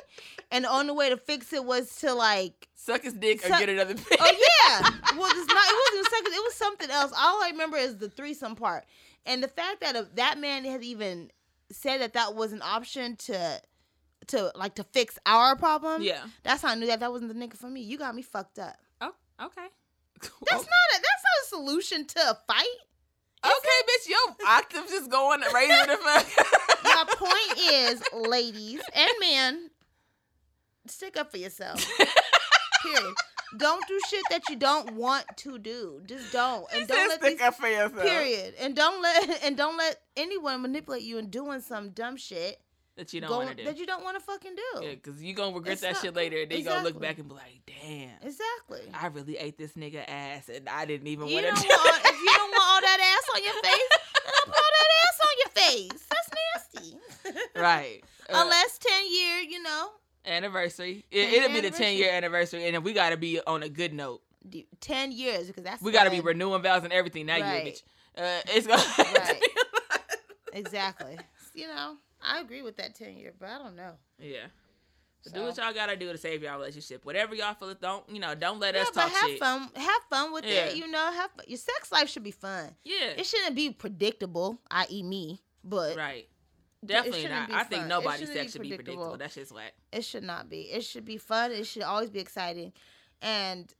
S2: and the only way to fix it was to like,
S1: Suck his dick or
S2: Suck-
S1: get another bitch.
S2: oh yeah, well it's not, it wasn't even sex, it was something else. All I remember is the threesome part, and the fact that a, that man had even said that that was an option to, to like to fix our problem.
S1: Yeah.
S2: That's how I knew that that wasn't the nigga for me. You got me fucked up.
S1: Oh, okay.
S2: That's
S1: okay,
S2: not a that's not a solution to a fight.
S1: bitch. Your octaves just going raising the fuck.
S2: My point is, ladies and men, stick up for yourself. Period. Don't do shit that you don't want to do. Just don't. And don't let these
S1: up for yourself.
S2: period. And don't let and don't let anyone manipulate you in doing some dumb shit
S1: That you don't
S2: go-
S1: want to do.
S2: that you don't want to fucking do.
S1: Yeah, because you're going to regret
S2: It's
S1: that
S2: not-
S1: shit later. And then you're going to look
S2: Exactly.
S1: back and be like, damn,
S2: Exactly.
S1: I really ate this nigga ass and I didn't even
S2: You
S1: want
S2: don't
S1: to do
S2: want if you don't want all that ass on your face, then don't put all that ass on your face. That's nasty.
S1: Right. Uh,
S2: Unless ten year, you know,
S1: anniversary. It,
S2: 10
S1: it'll be the 10 year
S2: anniversary.
S1: anniversary. And then we got to be on a good note.
S2: d- ten years because that's
S1: We got to be
S2: when-
S1: renewing vows and everything that year,
S2: Right.
S1: bitch. Uh, it's going
S2: Right. exactly. You know, I agree with that ten year, but I don't know.
S1: Yeah. So
S2: So-
S1: do what y'all gotta do to save y'all relationship. Whatever y'all feel, don't you know? Don't let
S2: Yeah,
S1: us
S2: but
S1: talk
S2: have
S1: shit.
S2: fun. Have fun with
S1: Yeah.
S2: it. You know, have fun. your sex life should be fun.
S1: Yeah,
S2: It shouldn't be predictable, i.e., me. But
S1: right.
S2: it
S1: Definitely
S2: shouldn't
S1: not.
S2: be
S1: I think
S2: fun. It
S1: nobody's
S2: shouldn't
S1: sex should be predictable. That shit's whack.
S2: It should not be. It should be fun. It should always be exciting. And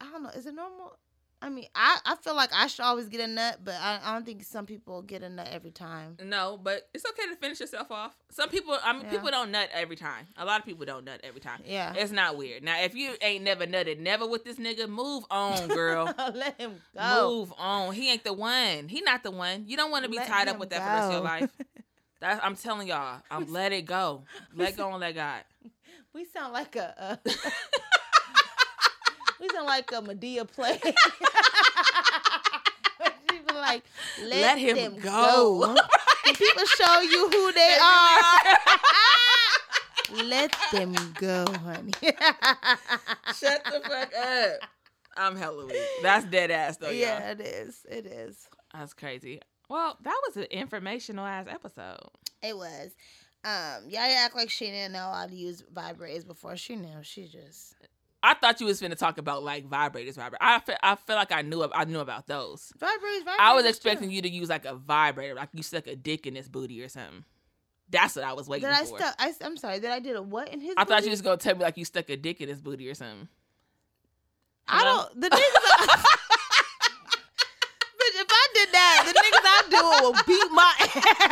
S2: I don't know. Is it normal? I mean, I, I feel like I should always get a nut, but I, I don't think some people get a nut every time.
S1: No, but it's okay to finish yourself off. Some people, I mean,
S2: Yeah.
S1: people don't nut every time. A lot of people don't nut every time.
S2: Yeah.
S1: It's not weird. Now, if you ain't never nutted, never with this nigga, move on, girl.
S2: Let him go.
S1: Move on. He ain't the one. He not the one. You don't want to be
S2: Let
S1: tied up
S2: him
S1: with that for the rest of your
S2: go.
S1: life. That's, I'm telling y'all. I'm let it go. Let go and let God.
S2: We sound like a. Uh, we sound like a Medea play. she be like, let,
S1: Let him
S2: them
S1: go."
S2: go. When people show you who they
S1: There we
S2: are. let them go, honey.
S1: Shut the fuck up. I'm hella weak. That's dead ass though, yeah.
S2: yeah, it is. It is.
S1: That's crazy. Well, that was an informational ass episode.
S2: It was. Um, y'all act like she didn't know how to use vibrators before. She knew. She just.
S1: I thought you was finna talk about like vibrators, vibrators. I feel, I feel like I knew ab- I knew about those.
S2: Vibrators, vibrators.
S1: I was expecting you to use like a vibrator, like you stuck a dick in this booty or something. That's what I was waiting
S2: That I
S1: for.
S2: stuck. I, I'm sorry. That I did a what in his.
S1: I thought
S2: booty?
S1: you was gonna tell me like you stuck a dick in this booty or something.
S2: I
S1: Hello?
S2: don't. The niggas. I, bitch, if I did that, the niggas I do it will beat my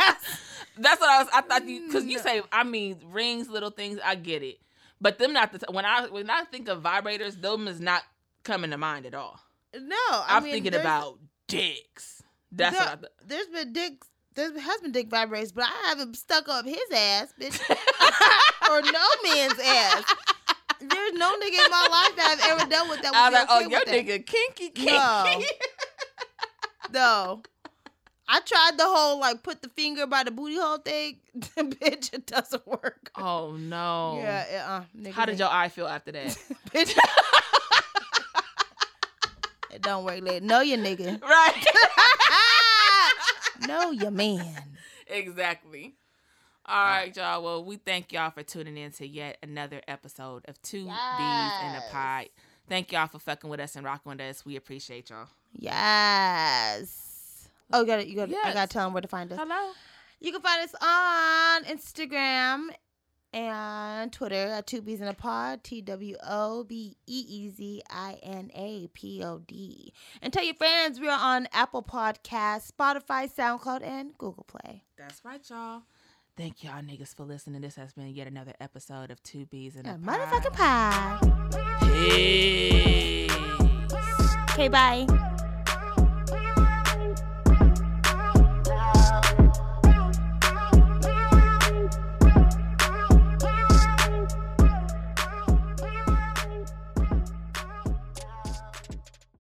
S2: ass. Mm.
S1: That's what I was. I thought you because you
S2: No.
S1: say I mean rings, little things. I get it, but them not the t- when I when I think of vibrators, them is not coming to mind at all.
S2: No, I
S1: I am
S2: mean,
S1: thinking
S2: there's-
S1: about dicks. That's
S2: there-
S1: what I thought.
S2: There's been dick. There has been dick vibrators, but I haven't stuck up his ass, bitch, or no man's ass. There's no nigga in my life that I've ever dealt with that
S1: I was
S2: was
S1: like, oh,
S2: okay
S1: your
S2: with
S1: nigga kinky kinky.
S2: No. that. No. I tried the whole like put the finger by the booty hole thing, bitch. It doesn't work.
S1: oh no.
S2: Yeah, uh, nigga
S1: How did
S2: ain't-
S1: your eye feel after that?
S2: bitch. it don't work, lady. Know your nigga.
S1: right.
S2: know your man.
S1: exactly. All right, y'all. Well, we thank y'all for tuning in to yet another episode of Two Bees in a
S2: Yes.
S1: Pod. Thank y'all for fucking with us and rocking with us. We appreciate y'all.
S2: Yes. Oh, you got to You got. to I
S1: Yes.
S2: gotta tell them where to find us.
S1: Hello.
S2: You can find us on Instagram and Twitter at Two B's in a Pod, T W O B E E Z I N A P O D. E. And tell your friends we are on Apple Podcasts, Spotify, SoundCloud, and Google Play.
S1: That's right, y'all. Thank y'all niggas for listening. This has been yet another episode of Two Bees in a,
S2: And
S1: Pod.
S2: motherfucking pie.
S1: Peace.
S3: Peace.
S1: Okay, bye.